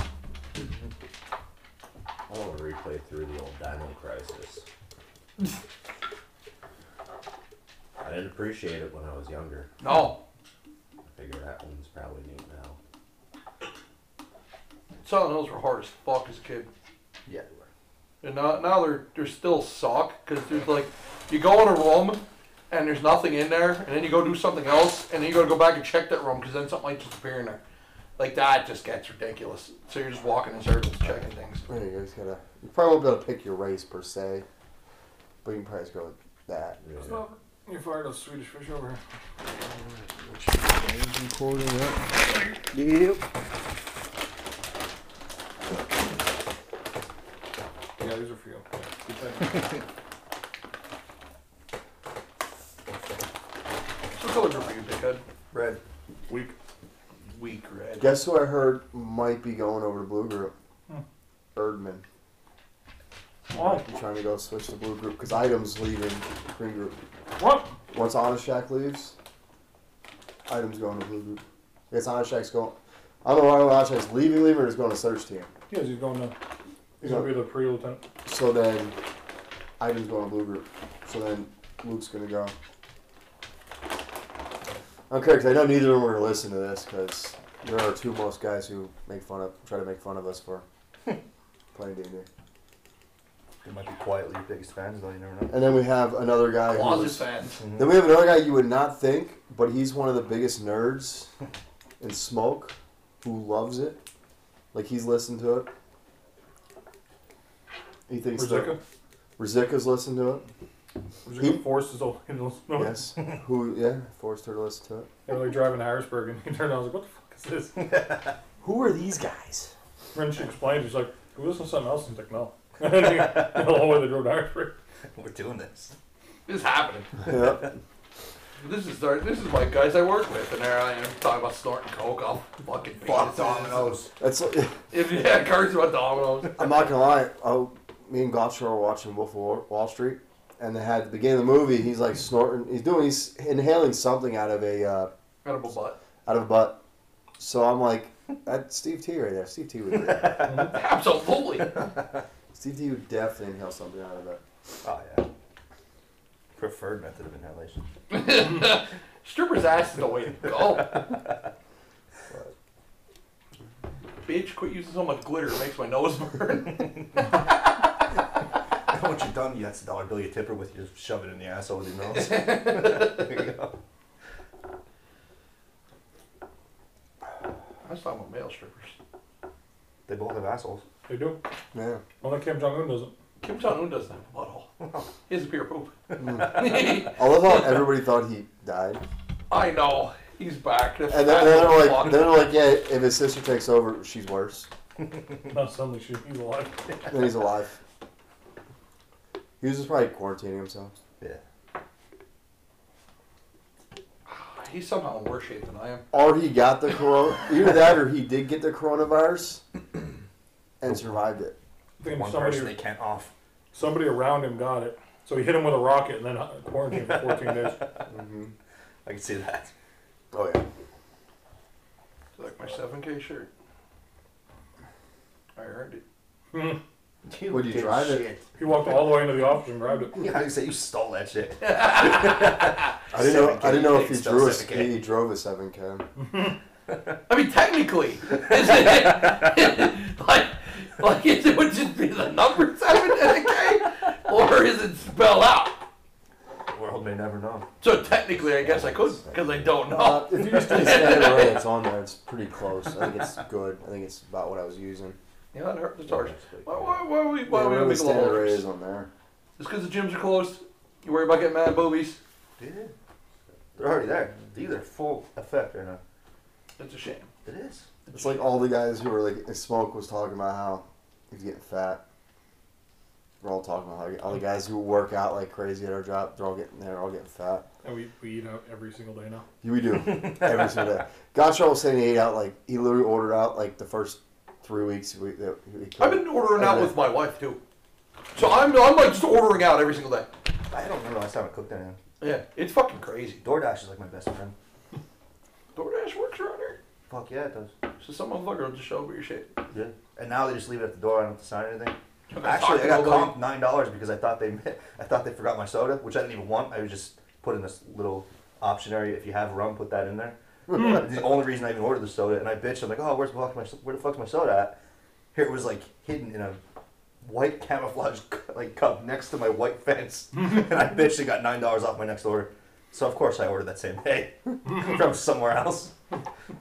I want to replay through the old Dino Crisis. I didn't appreciate it when I was younger. No, I figure that one's probably neat now. Silent Hills were hard as fuck as a kid. Yeah. And now, now they're, they're still sock because there's like, you go in a room and there's nothing in there, and then you go do something else, and then you go to go back and check that room because then something might just appear in there. Like that just gets ridiculous. So you're just walking in circles checking things. Yeah, you guys gotta. You probably won't be able to pick your race per se, but you can probably just go with that. Yeah. Stop. You fired those Swedish fish over here. Yep. Yeah, these are for you. Good thing. So colors are for you, dickhead. Red. Weak. Weak red. Guess who I heard might be going over to Blue Group? Hmm. Erdman. What? I'm trying to go switch to Blue Group because Item's leaving Green Group. What? Once Onishak leaves, Item's going to Blue Group. I guess Onishak's going. I don't know why Onishak's leaving, leaving, or is going to search team. Yeah, he's going to. He's gonna be the pre lieutenant. So then, Item's going to Blue Group. So then, Luke's going to go. Okay, because I know neither of them are going to listen to this because there are two most guys who make fun of, try to make fun of us for playing D&D. They might be quietly your biggest fans, though. You never know. Mm-hmm. And then we have another guy who Closet was- fans. Then we have another guy you would not think, but he's one of the biggest nerds in smoke who loves it. Like he's listened to it. He thinks Berserker. that Rizika's listened to it. Berserker forced his old handles. No, Yes. Who? Yeah, forced her to listen to it. They were like driving to Harrisburg, and he turned around. I was like, "What the fuck is this?" Who are these guys? When she explained, he's like, "Who listen to something else?" And he's like, "No." and he, the whole way they drove to Harrisburg. We're doing this. This is happening. Yeah. This is their, this is my guys I work with, and there I am talking about snorting coke. I'll fucking beat Fuck the dominoes. dominoes. That's. If you had cards about dominoes, I'm not gonna lie. Oh, me and Gotcha were watching Wolf of Wa- Wall Street, and they had at the beginning of the movie. He's like snorting. He's doing. He's inhaling something out of a uh, edible butt. out of a butt. So I'm like, that's Steve T right there. Steve T would. do that. Absolutely. Steve T would definitely inhale something out of that. Oh yeah. Preferred method of inhalation. Stripper's ass is the way to go. Bitch, quit using so much glitter. It makes my nose burn. Once you're done, that's a dollar bill you tip her with. You just shove it in the asshole with your nose. there you go. I was talking about male strippers. They both have assholes. They do. Yeah. Only Kim Jong Un doesn't. Kim Jong Un doesn't have a butthole. His is pure poop. I love how everybody thought he died, I know. He's back. This and then, then asshole they're like, fuck. then they're like, yeah, if his sister takes over, she's worse. No, suddenly she, he's alive. Then he's alive. He was just probably quarantining himself. Yeah. He's somehow in worse shape than I am. Or he got the corona. Either that, or he did get the coronavirus and survived it. I think One somebody, person they can't off. somebody around him got it. So he hit him with a rocket and then quarantined for 14 days. I can see that. Oh yeah. It's like my 7K shirt. I earned it. Would you drive it? He walked all the way into the office and grabbed it. Yeah, you say you stole that shit. I didn't know. I didn't know if he 7K, drew a, still 7K. he drove a seven k. I mean, technically, isn't it? like, like, is it would just be the number seven in the game, or is it spelled out? World may never know. So technically, I guess I could because I don't Uh, know. if you just do the standard array that's on there, it's pretty close. I think it's good. I think it's about what I was using. Yeah, that hurt. That's harsh. Why, why, why are we, why Yeah, are we whatever gonna the make a little standard array is orders? on there. Just because the gyms are closed, you worry about getting mad boobies. Yeah. They're already there. These are full effect right now. It's a shame. It is. It's like all the guys who were like Smoke was talking about how he's getting fat. We're all talking about how all the guys who work out like crazy at our job, they're all getting they're all getting fat. And we, we eat out every single day now. Yeah, We do every single day. Gottschall was saying he ate out like he literally ordered out like the first three weeks. We, that we could. I've been ordering out Okay. with my wife too, so I'm I'm like just ordering out every single day. I don't remember last time I cooked anything. Yeah, it's fucking crazy. DoorDash is like my best friend. DoorDash works around here, Fuck yeah, it does. so some motherfucker will just show up with your shit. Yeah. And now they just leave it at the door. I don't have to sign anything. You're gonna Actually, talk I got nobody. comped nine dollars because I thought they I thought they forgot my soda, which I didn't even want. I was just put in this little option area. If you have rum, put that in there. It's the only reason I even ordered the soda, and I bitched. I'm like, oh, where's the fuck my so- where the fuck's my soda at? Here it was like hidden in a white camouflage cu- like cup next to my white fence, and I bitched and got nine dollars off my next order. So of course I ordered that same day from somewhere else.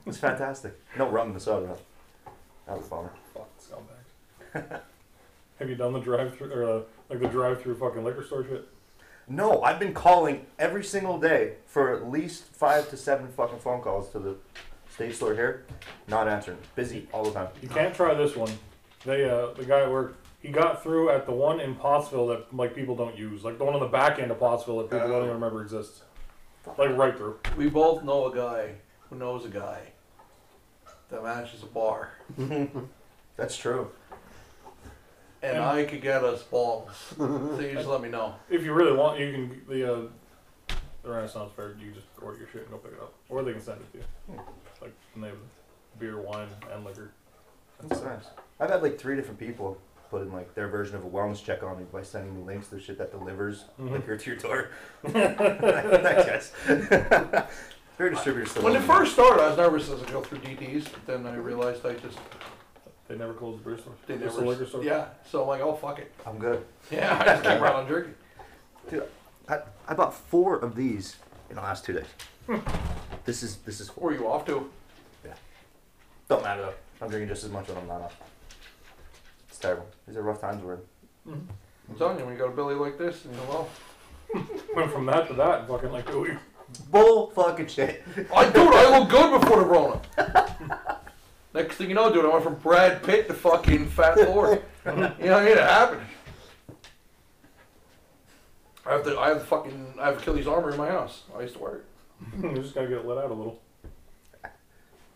It's fantastic. No rum in the soda. though. That was a bummer. Fuck, scumbags. Have you done the drive through, or uh, like the drive through fucking liquor store shit? No, I've been calling every single day for at least five to seven fucking phone calls to the state store here. Not answering. Busy all the time. You can't try this one. They, uh, the guy at work, he got through at the one in Pottsville that like people don't use, like the one on the back end of Pottsville that people don't even remember exists. Like right through. We both know a guy who knows a guy that manages a bar, That's true. and I could get us balls. so you just let me know. If you really want, you can the uh, the Renaissance Fair. You just order your shit and go pick it up, or they can send it to you. Hmm. Like and they have beer, wine, and liquor. That's nice. I've had like three different people put in like their version of a wellness check on me by sending me links to shit that delivers Mm-hmm. liquor to your door. Thanks, guys. Beer distributors still When it own me. first started, I was nervous as I go through DDs, but then I realized I just They never close the beer store. they Just never. the liquor store. Yeah, so I'm like, oh fuck it. I'm good. Yeah, I just kept around drinking. Dude, I, I bought four of these in the last two days. Hmm. this is this is Where were you off to? Don't matter though. I'm drinking just as much when I'm not off. It's terrible. These are rough times we're in. I'm telling you, when you got a Billy like this, and you're well. Went from that to that in fucking like a week. Bull fucking shit. I dude, I look good before the Rona. Next thing you know, dude, I went from Brad Pitt to fucking Fat Lord. you know, what I mean, it happened. I have to, I have fucking, I have Achilles armor in my house. I used to wear it. you just gotta get it let out a little.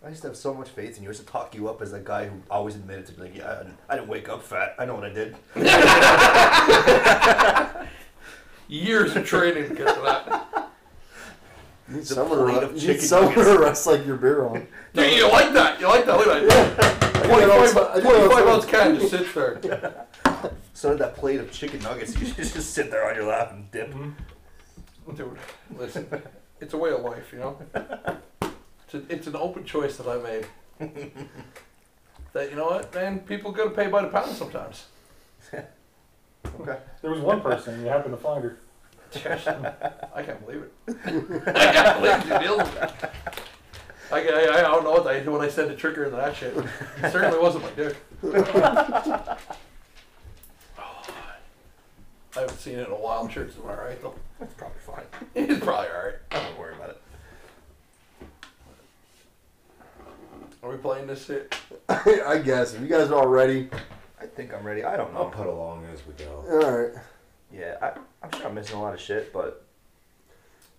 I used to have so much faith in you. I used to talk you up as that guy who always admitted to be like, yeah, I didn't, I didn't wake up fat. I know what I did. Years of training to get to that. You need someone to, plate ru- of you need chicken someone to nuggets. rest like your beer on. Dude, you like that? You like that? Look at that. I do that all 25, the ti- I do that all the 25 time. ounce can just sits there. So did that plate of chicken nuggets. You just just sit there on your lap and dip. Dude, listen, it's a way of life, you know. It's, a, it's an open choice that I made. that you know what, man, people gotta pay by the pound sometimes. There was one person you happened to find her. I can't believe it. I can't believe you deal with it. I, ca- I, I don't know what I, what I said to trigger into that shit. It certainly wasn't my dick. I haven't seen it in a while. I'm sure it's all right though. That's probably fine. It's probably all right. I don't worry about it. Are we playing this shit? I guess if you guys are all ready, I think I'm ready. I don't I'll know. put along as we go. all right, Yeah, I, I'm sure I'm missing a lot of shit, but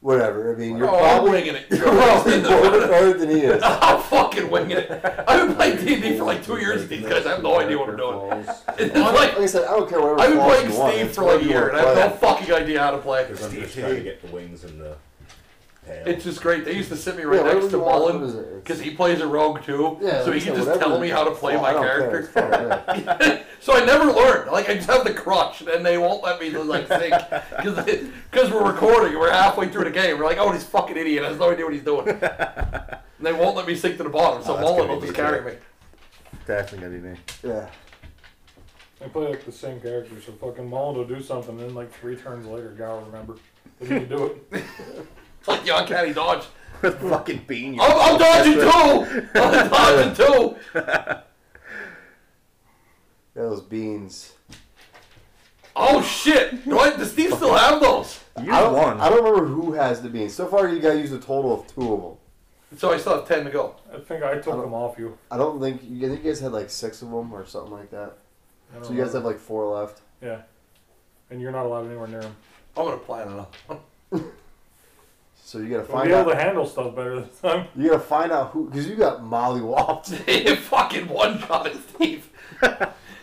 whatever. I mean, you're oh, probably I'm winging it. you're probably more prepared than he is. I'm fucking winging it. I've been playing D and D for like two years with these guys. I have no idea what I'm doing. It's Like I like said, I don't care whatever. I've been clause playing you want, Steve it's for like a whatever you year, and wanna I have no play. fucking idea how to play. Because I'm just trying to get the wings and the tail. It's just great. They used to sit me right Yeah, whatever next to you want, Mullen what is it? It's- because he plays a rogue too, Yeah, so he can like I said, just whatever tell it me is. how to play Oh, I my don't care, character. it's fine, yeah. So I never learn. Like I just have the crutch, and they won't let me like think because we're recording. We're halfway through the game. We're like, oh, this fucking idiot has no idea what he's doing. and they won't let me sink to the bottom, so Oh, that's Mullen gonna will be just easier. carry me. definitely gonna be me. Yeah. They play like the same character, so fucking Mullen will do something, and then like three turns later, Gal will remember. They didn't do it. It's like the uncanny dodge. fucking bean. I'm, I'm dodging too. I'm dodging too. Yeah, those beans. Oh shit! Do I, does Steve still have those? You I don't, won. I don't remember who has the beans. So far, you guys used a total of two of them. So I still have ten to go. I think I took them off you. I don't think you, I think you guys had like six of them or something like that. I don't So you Uh-huh. guys have remember. like four left. yeah, and you're not allowed anywhere near them. I'm gonna plan another one. So you gotta We'll find be able out. to handle stuff better this time. You gotta find out who, because you got mollywopped. fucking one shot at Steve.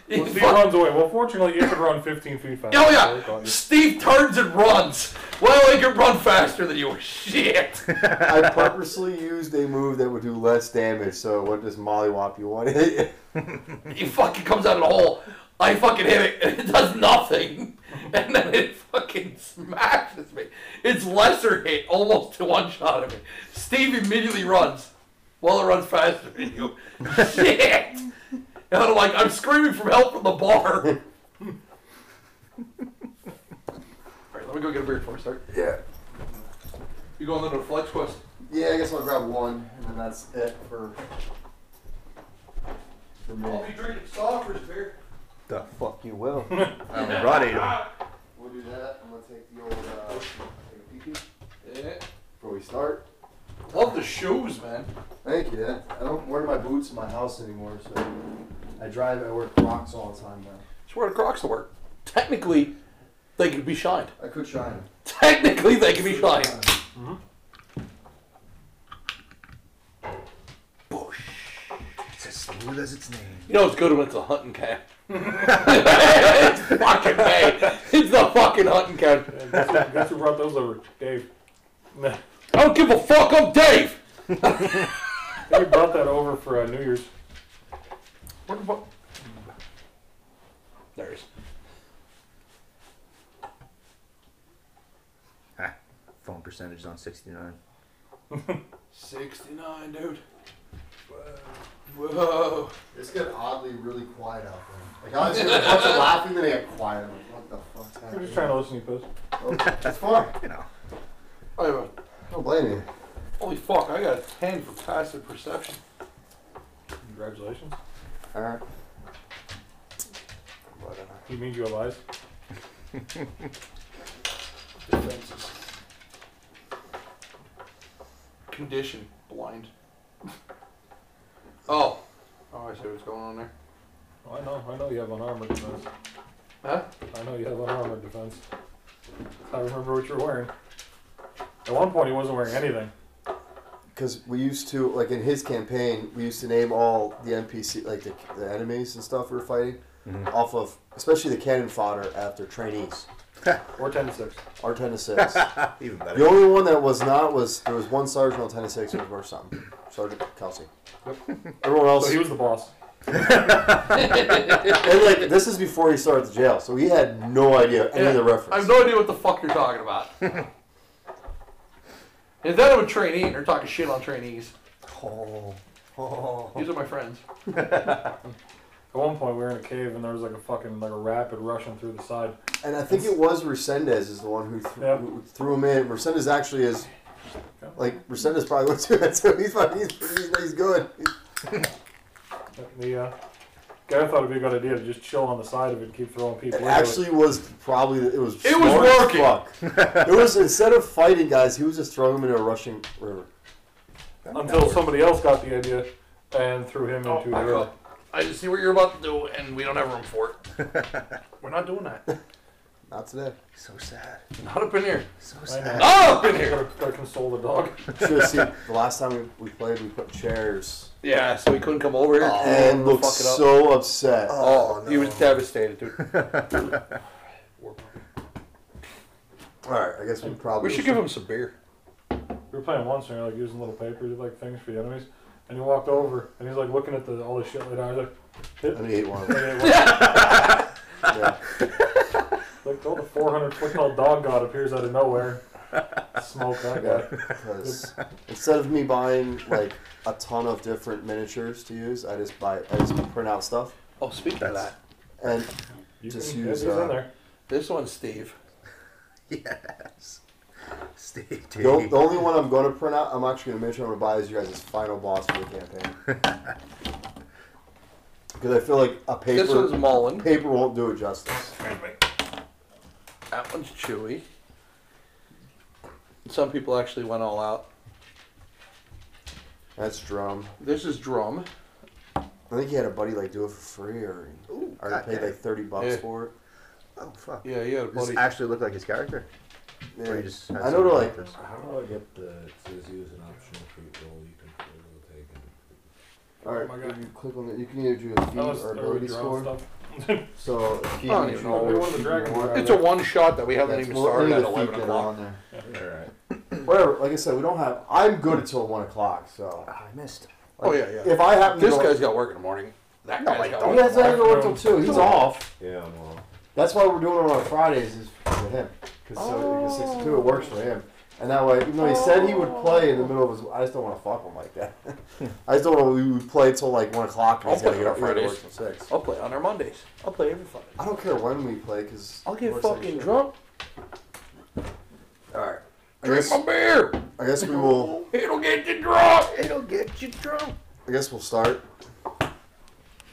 He Steve fuck- runs away. Well, fortunately, it could run 15 feet fast. Oh yeah, Steve turns and runs. Well, he can run faster than you. Shit. I purposely used a move that would do less damage. So what does mollywop you want? He fucking comes out of the hole. I fucking hit it, and it does nothing. And then it fucking smashes me. It's lesser hit, almost to one shot of me. Steve immediately runs. Well, it runs faster than you. Shit! And I'm like, I'm screaming for help from the bar. Alright, let me go get a beer for a sec. yeah. You going into the flex quest? Yeah, I guess I'll grab one, and then that's it for for me. drinking softers beer. the fuck you will. I haven't brought eight of 'em. We'll do that. I'm gonna take the old uh, take a peek Yeah. before we start. Love the shoes, man. Thank you, Dad. I don't wear my boots in my house anymore, so I drive. I wear Crocs all the time now. Just wear the Crocs to work. Technically, they could be shined. I could shine. 'em. Technically, they could be shined. It's as smooth as its name. You know it's good when it's a hunting camp. it's fucking May. It's the fucking hunting camp. And guess, who, guess who brought those over? Dave. Nah, I don't give a fuck. I'm Dave. Dave brought that over for uh, New Year's. Where the fuck? There it is. Ah, phone percentage is on 69. 69, dude. Whoa. It's got oddly really quiet out there. Like I was hearing a bunch of laughing, then it got quiet. I'm like, what the fuck's We're happening? just trying to listen to you, Piss. Oh, it's fine. You know. I have a, Don't blame you. holy fuck, I got a 10 for passive perception. Congratulations. All right. But, uh, You mean you alive? Defenses. Condition. Blind. Oh. Oh, I see what's going on there. Oh, I know, I know you have unarmored defense. Huh? I know you have unarmored defense. I remember what you were wearing. At one point, he wasn't wearing anything. Because we used to, like in his campaign, we used to name all the NPC, like the, the enemies and stuff we were fighting, off of, especially the cannon fodder after trainees. Or 10 to 6. Our 10 to 6. the Even better. only one that was not was, there was one sergeant on 10 to 6 who was worth something. Sergeant Kelsey. Everyone else. So he was the boss. and like, this is before he started the jail, so he had no idea any I of the have reference. no idea what the fuck you're talking about. and then I'm a trainee, and they're talking shit on trainees. Oh. These are my friends. At one point, we were in a cave and there was like a fucking like a rapid rushing through the side. and I think it was Resendez is the one who, th- Yeah. who threw him in. Resendez actually is, like, Resendez probably went to that, so he's, fucking- he's, he's, he's good. The uh, guy thought it'd be a good idea to just chill on the side of it and keep throwing people. It into it. actually was probably it was It was smart as working. fuck. it was instead of fighting guys, he was just throwing them into a rushing river. until somebody else got the idea and threw him Oh, into back the river. up. I just see what you're about to do, and we don't have room for it. We're not doing that. Not today. So sad. Not up in here. So I sad. know. Not Oh, up in here. Gotta, gotta console the dog. Should have seen the last time we, we played, we put chairs Yeah, so he couldn't come over here. and we'll looked fuck Oh, it up. so upset. oh, he was devastated, dude. All right, I guess we probably We should give him some beer. We were playing once and we were like using little papers, like things for the enemies. And he walked over and he's like looking at the all the shit laid out. He's like, And he ate one. Of them. "Hey, what- Yeah. like oh, the 400 foot tall dog god appears out of nowhere. Smoke that guy. Because instead of me buying like a ton of different miniatures to use, I just buy I just print out stuff Oh, speaking of that, and You Just can- use, he's uh, in there. this one's Steve. Yes. Steve T. the, o- the only one I'm going to print out, I'm actually going to mention I'm going to buy is your guys' final boss for the campaign. Because I feel like a paper This one's Mullen. paper won't do it justice. That one's Chewy. Some people actually went all out. That's drum. This is Drum. I think he had a buddy like do it for free or Ooh, or God paid damn. like thirty bucks Yeah. for it. Oh fuck. Yeah, yeah, Does buddy. this actually look like his character? Or Yeah. you just I know to like How do I get the? It says use an optional treat roll. You can take it. all right, Oh my God. you click on it, you can either do a feat That was E or ability drawn score. stuff. So if you I don't even can choose know. which One of the feat you dragon want, breath. It's a one shot that we that's haven't even more- started only at the feet 11 that are o'clock. on there. All right. Whatever. Like I said, we don't have. I'm good until one o'clock. So Ah, I missed. Oh, yeah, yeah. if I happen This to go- guy's got work in the morning. That No, guy's I got don't. He work. doesn't have to work till two. He's off. Yeah, I'm on. That's why we're doing it on Fridays is for him. Because Oh. so because six to two, it works for him. And that way, even though he said he would play in the middle of his, I just don't want to fuck him like that. I just don't want to. We would play till like one o'clock, and he's I'll gonna play get up Friday to work Fridays. till six. I'll play on our Mondays. I'll play every Friday. I don't care when we play, because I'll get fucking drunk. All right. I Drink guess, my beer. I guess we will. It'll get you drunk. It'll get you drunk. I guess we'll start. What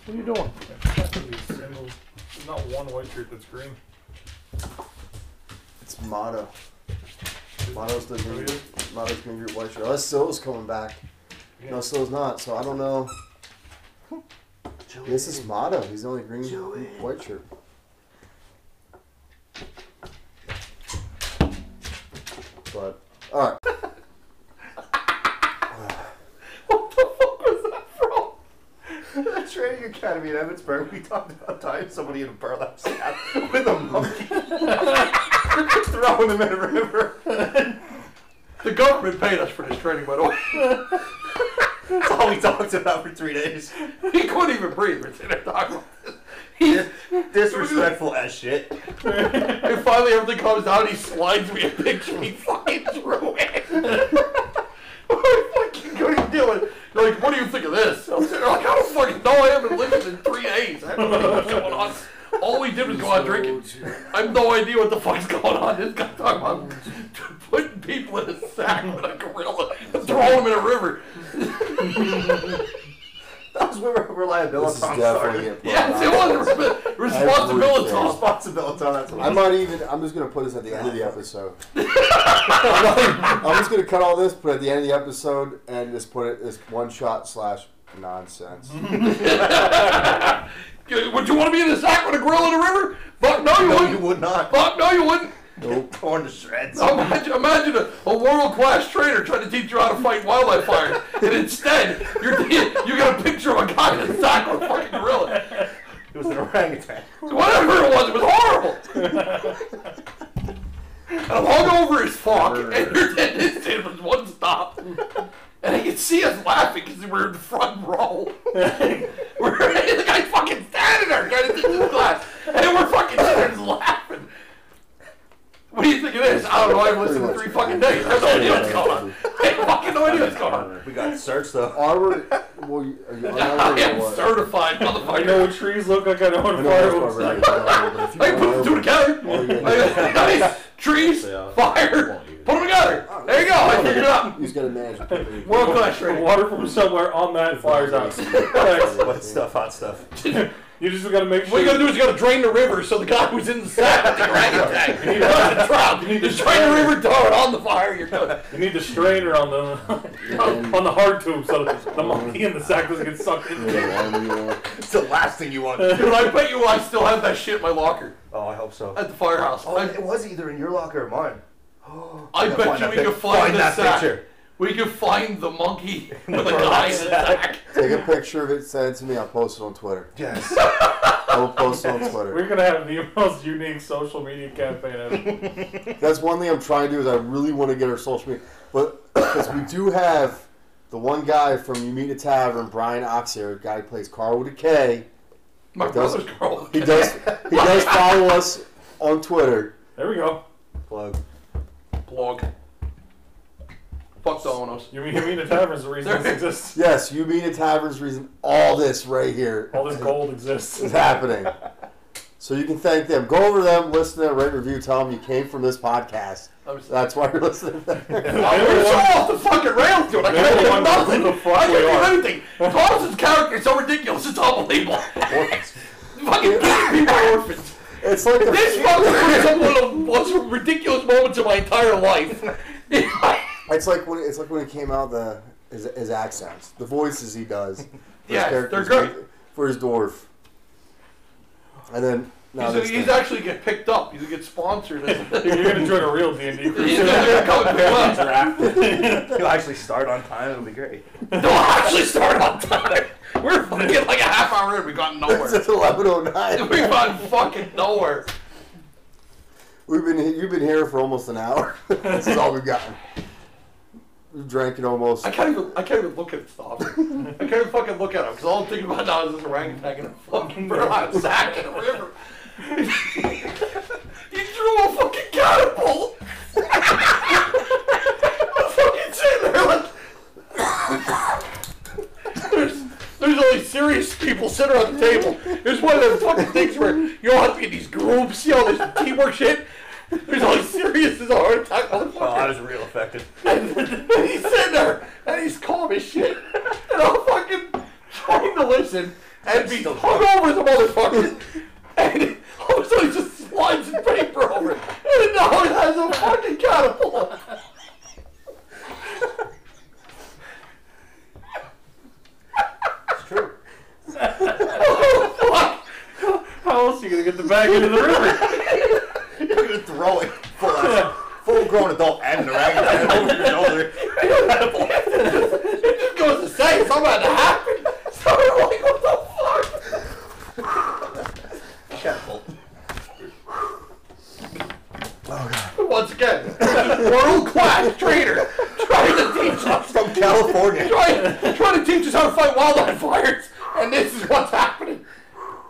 are you doing? There's not one white shirt that's green. It's Motto. Motto's the Oh, new, yeah? Motto's new group white shirt. Unless Sil's coming back. Yeah. No, Sil's not. So I don't know. This is Motto. He's the only green white shirt. But all right. The training academy in Evansburg, we talked about tying somebody in a burlap sack with a monkey. Throwing them in a river. The government paid us for this training, by the way. That's all we talked about for three days. He couldn't even breathe. We're sitting there talking about this. Disrespectful as shit. And finally, everything comes out. and He slides me a picture. He fucking threw it. I fucking couldn't do it. They're like, what do you think of this? I'm sitting there like, I don't fucking know. I haven't lived in three days. I haven't seen what's going on. All we did was go out drinking. I have no idea what the fuck's going on. This guy talking about putting people in a sack with a gorilla, and throwing them in a river. That was was where reliability This is definitely started. a Yes, it was resp- responsibility. Everything. Responsibility. That's what I might even. I'm just gonna put this at the end of the episode. I'm, not even- I'm just gonna cut all this, put it at the end of the episode, and just put it as one shot slash nonsense. You- Would you want to be in a sack with a grill in the river? Fuck no, you No, wouldn't. you would not. Fuck no, you wouldn't. Torn to shreds. Imagine, imagine a, a world-class trainer trying to teach you how to fight wildlife fires, and instead you're you got a picture of a guy in a sack with a fucking gorilla. It was an orangutan. Whatever it was, it was horrible. and I'm hungover as fuck, and your dentist was one stop, and he could see us laughing because we were in the front row. we're the guy fucking standing there, trying to teach his class, and we're fucking sitting there just laughing. What do you think of this? I don't know. I've listened to three fucking days. I have no idea what's going on. I have fucking no idea what's going on. We got searched though. Armored. Well, you, are you I unarmored or am what? certified I know motherfucker. what trees look like. I know what I know that's why fireworks. we're not unarmored, but if you I can put them two unarmored- together. I- I- trees, fire, put them together. There you go. I figured it out. You just gotta manage. it. World class training. Water from somewhere on that fires out. Thanks. Hot stuff, hot stuff. You just gotta make sure. What you gotta do is you gotta drain the river so the guy who's in the sack with the dragon tank need to- doesn't drown. you need to Just drain the river, throw it on the fire, you're good. You need the strainer on the on the hard tube so the Mm-hmm. monkey in the sack doesn't get sucked in. It's the last thing you want to do. Dude, I bet you I still have that shit in my locker Oh, I hope so. at the firehouse. Oh, I, it was either in your locker or mine. I Yeah, bet find you that we pic- can find, find the that sack. picture. We can find the monkey with the guy in the sack. Take a picture of it, send it to me. I'll post it on Twitter. Yes. I will post it on Twitter. We're gonna have the most unique social media campaign ever. That's one thing I'm trying to do is I really want to get our social media, but because we do have the one guy from You Meet a Tavern, Brian Oxier, a guy who plays Carl with a K. My does- brother's girl. He does he does follow us on Twitter. There we go. Plug. Blog. Fuck Domino's. You mean you mean the tavern's the reason this exists? Yes, You Meet a Tavern's reason all this right here All this gold exists. is happening. So you can thank them. Go over to them, listen to them, rate, review, tell them you came from this podcast. I'm s- That's why you're listening. I Everyone- was so off the fucking rails, dude. I can't Everyone do knows nothing. who the fuck I we are. can't do anything. Thomas's character is so ridiculous. It's unbelievable. fucking people are orphans. It's like the This motherfucker is one of the most ridiculous moments of my entire life. It's like when it's like when it came out the his, his accents, the voices he does. for his Yes, they're characters great. for his dwarf. And then now he's, this he's thing. actually get picked up. He's gonna get sponsored. As, You're gonna join a real D and D he's crew. gonna come and pick us up. You'll actually start on time. It'll be great. No, I actually start on time. We're fucking like a half hour in. We got nowhere. it's eleven oh nine. We got fucking nowhere. We've been he- you've been here for almost an hour. this is all we've gotten. We've drank it almost. I can't even. I can't even look at stuff. I can't even fucking look at him because all I'm thinking about now is this orangutan in a fucking burlap sack in a river. he drew a fucking catapult. I'm fucking sitting there like. there's, there's only serious people sitting around the table. It's one of those fucking things where you don't have to get these groups, you know, this teamwork shit. There's only serious as a heart attack. Oh, motherfucker. I was real affected. And he's sitting there and he's calm as shit. And I'm fucking trying to listen and be hungover as a motherfucker. And all of a sudden he just slides the paper over it. And now he has a fucking catapult. Oh, How else are you gonna get the bag into the river? You're gonna throw it full, full grown adult and an orangutan over your shoulder. It just goes to say something had to happen. So I'm like, what the fuck? Oh, Once again, world class trainer trying to teach us From California. trying, trying to teach us how to fight wildland fires, and this is what's happening.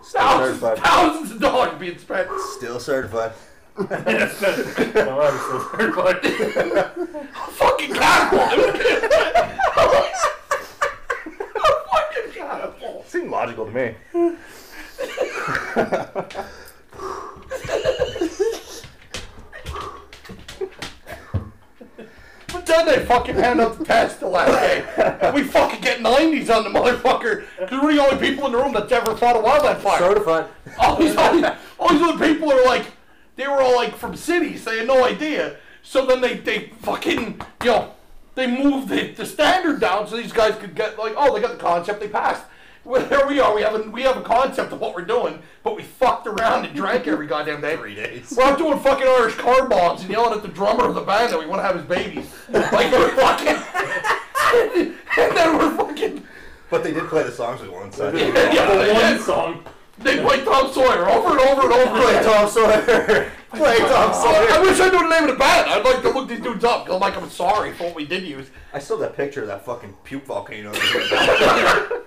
Thousands, certified. thousands of dollars being spent. Still certified. All right, so they're like, Fucking catapult! fucking catapult! Seemed logical to me. But then then they fucking hand up the pass the last day. And we fucking get 90s on the motherfucker. Because we're the only people in the room that's ever fought a wildland fire. Certified. All these, other, all these other people are like, they were all like from cities. They had no idea. So then they, they fucking, you know, they moved the, the standard down so these guys could get like, oh, they got the concept. They passed. Well, here we are. We have a we have a concept of what we're doing, but we fucked around and drank every goddamn day. Three days. We're out doing fucking Irish car bombs and yelling at the drummer of the band that we want to have his babies. Like we're fucking, and then we're fucking. But they did play the songs we once. So Yeah, The yeah. one song. They play Tom Sawyer over and over and over again. Tom Sawyer. Play Tom I, I Sawyer. wish I knew the name of the band. I'd like to look these dudes up. I'm like, I'm sorry for what we did use. I still have that picture of that fucking puke volcano. Dude,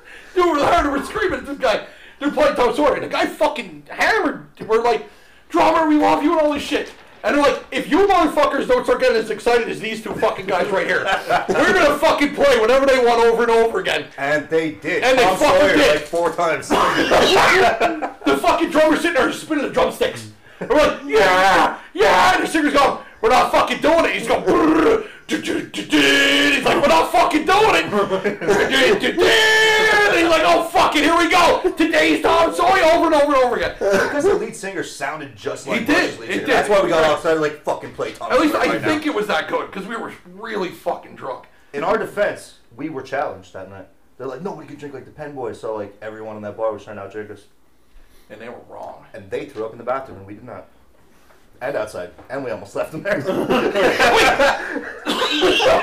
we're there and we're screaming at this guy. They're playing Tom Sawyer. And the guy fucking hammered. We're like, drummer, we love you and all this shit. And they're like, if you motherfuckers don't start getting as excited as these two fucking guys right here, we're gonna fucking play whenever they want over and over again. and they did. And they Tom fucking Sawyer, did. like four times. the fucking drummer's sitting there spinning the drumsticks. And we're like, yeah, yeah. And the singer's going, we're not fucking doing it. He's going, "Brrr, du- du- du- du." he's like, we're not fucking doing it. Du- du- du- And he's like, oh, fucking, here we go. Today's Tom Sawyer over and over and over again. because the lead singer sounded just like He Bush's did, lead he singer. did. That's why we got offside. Like fucking play Tom. At least Sawyer I right now. think it was that good because we were really fucking drunk. In our defense, we were challenged that night. They're like, nobody can drink like the Penn Boys. So like everyone in that bar was trying to outdrink us, And they were wrong. and they threw up in the bathroom, and we did not. And outside, and we almost left them there.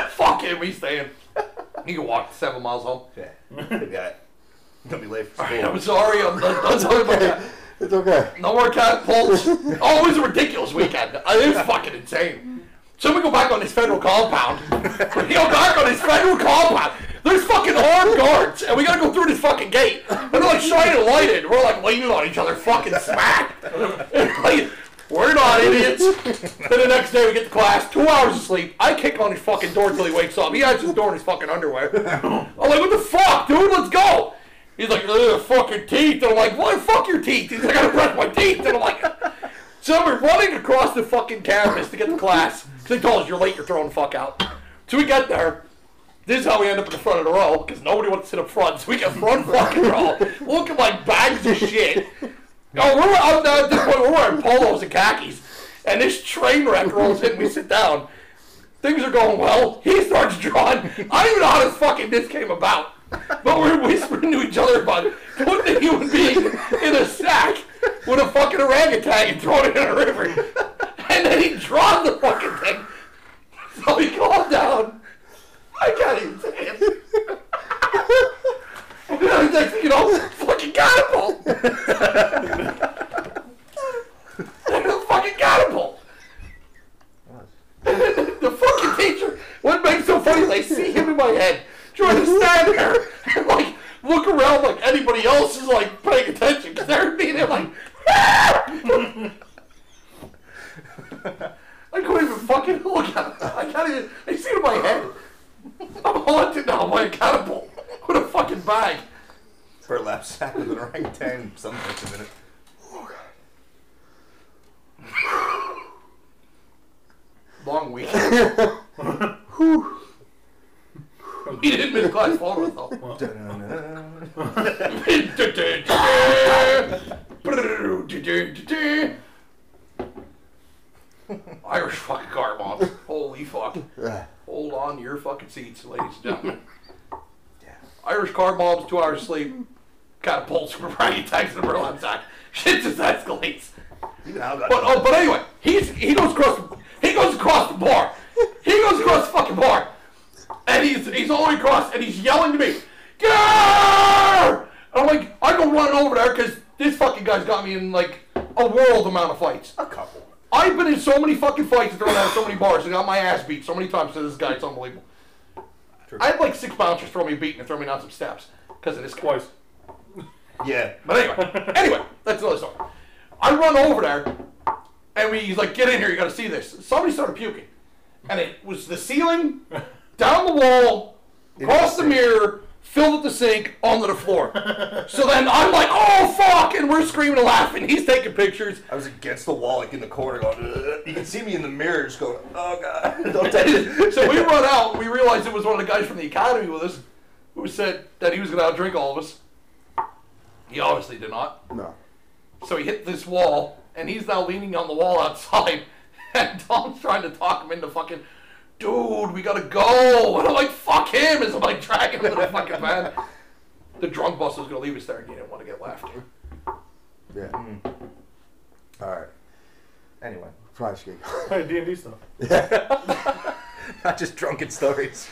Fuck it, we staying. You can walk seven miles home. yeah, good guy. Gonna be late for school. I'm sorry, I'm done done talking about that. It's okay. No more cat pulls. oh, it was a ridiculous weekend. Uh, It was fucking insane. So we go back on this federal compound. we go back on this federal compound. There's fucking armed guards, and we gotta go through this fucking gate. And they're like shining a light in. We're like leaning on each other, fucking smacked. like, we're not idiots. then the next day we get to class, two hours of sleep. I kick on his fucking door till he wakes up. He has his door in his fucking underwear. I'm like, what the fuck, dude? Let's go. He's like, ugh, fuck your teeth. And I'm like, why fuck your teeth? He's like, I gotta brush my teeth. And I'm like, so we're running across the fucking campus to get to class. 'Cause they told us you're late, you're throwing the fuck out. So we get there. This is how we end up at the front of the row because nobody wants to sit up front. So we get front fucking row, looking like bags of shit. Oh, we're out there at this point. We're wearing polos and khakis, and this train wreck rolls in. We sit down. Things are going well. He starts drawing. I don't even know how this fucking this came about, but we're whispering to each other about putting a human being in a sack with a fucking orangutan and throwing it in a river, and then he draws the fucking thing. So he calmed down. I can't even say it. I'm like, you know, fucking catapult. the fucking catapult. the fucking teacher. What makes so funny is I see him in my head trying to stand there and like look around like anybody else is like paying attention because they're being him like. I couldn't even fucking look at it. I can't even. I see it in my head. I'm haunted now by a catapult with a fucking bag. burlap sack with an orangutan, something like a minute. Long week. Whew. we didn't miss class photos though. Irish fucking car bomb. Holy fuck. Hold on to your fucking seats, ladies and gentlemen. Irish car bombs, two hours sleep. Catapults from ragtags and a burlap sack. Shit just escalates. Even Al got But oh, but anyway, he's he goes across he goes across the bar. He goes across the fucking bar, and he's he's all the way across, and he's yelling to me, "Grrr!" And I'm like, I go running over there because this fucking guy's got me in like a world amount of fights. a couple. I've been in so many fucking fights and thrown out of so many bars and got my ass beat so many times to this guy. It's unbelievable. I had like six bouncers throw me a beat and throw me down some steps because of this guy. Twice. Yeah. But anyway, anyway, that's another story. I run over there, and we, he's like, "Get in here! You got to see this." Somebody started puking, and it was the ceiling, down the wall, across the mirror, filled up the sink onto the floor. so then I'm like, oh fuck, and we're screaming and laughing. He's taking pictures. I was against the wall, like in the corner, going. "Ugh." You can see me in the mirror, just going, "Oh god, don't touch it." so we run out. We realized it was one of the guys from the academy with us who said that he was going to outdrink all of us. He obviously did not. No. So he hit this wall, and he's now leaning on the wall outside. And Tom's trying to talk him into fucking, dude, we gotta go. And I'm like, fuck him, as I'm like dragging him to the fucking van. The drunk bus was gonna leave us there, and he didn't want to get laughed at. Yeah. Hmm. All right. Anyway, Probably should get Hey, D and D stuff. not just drunken stories.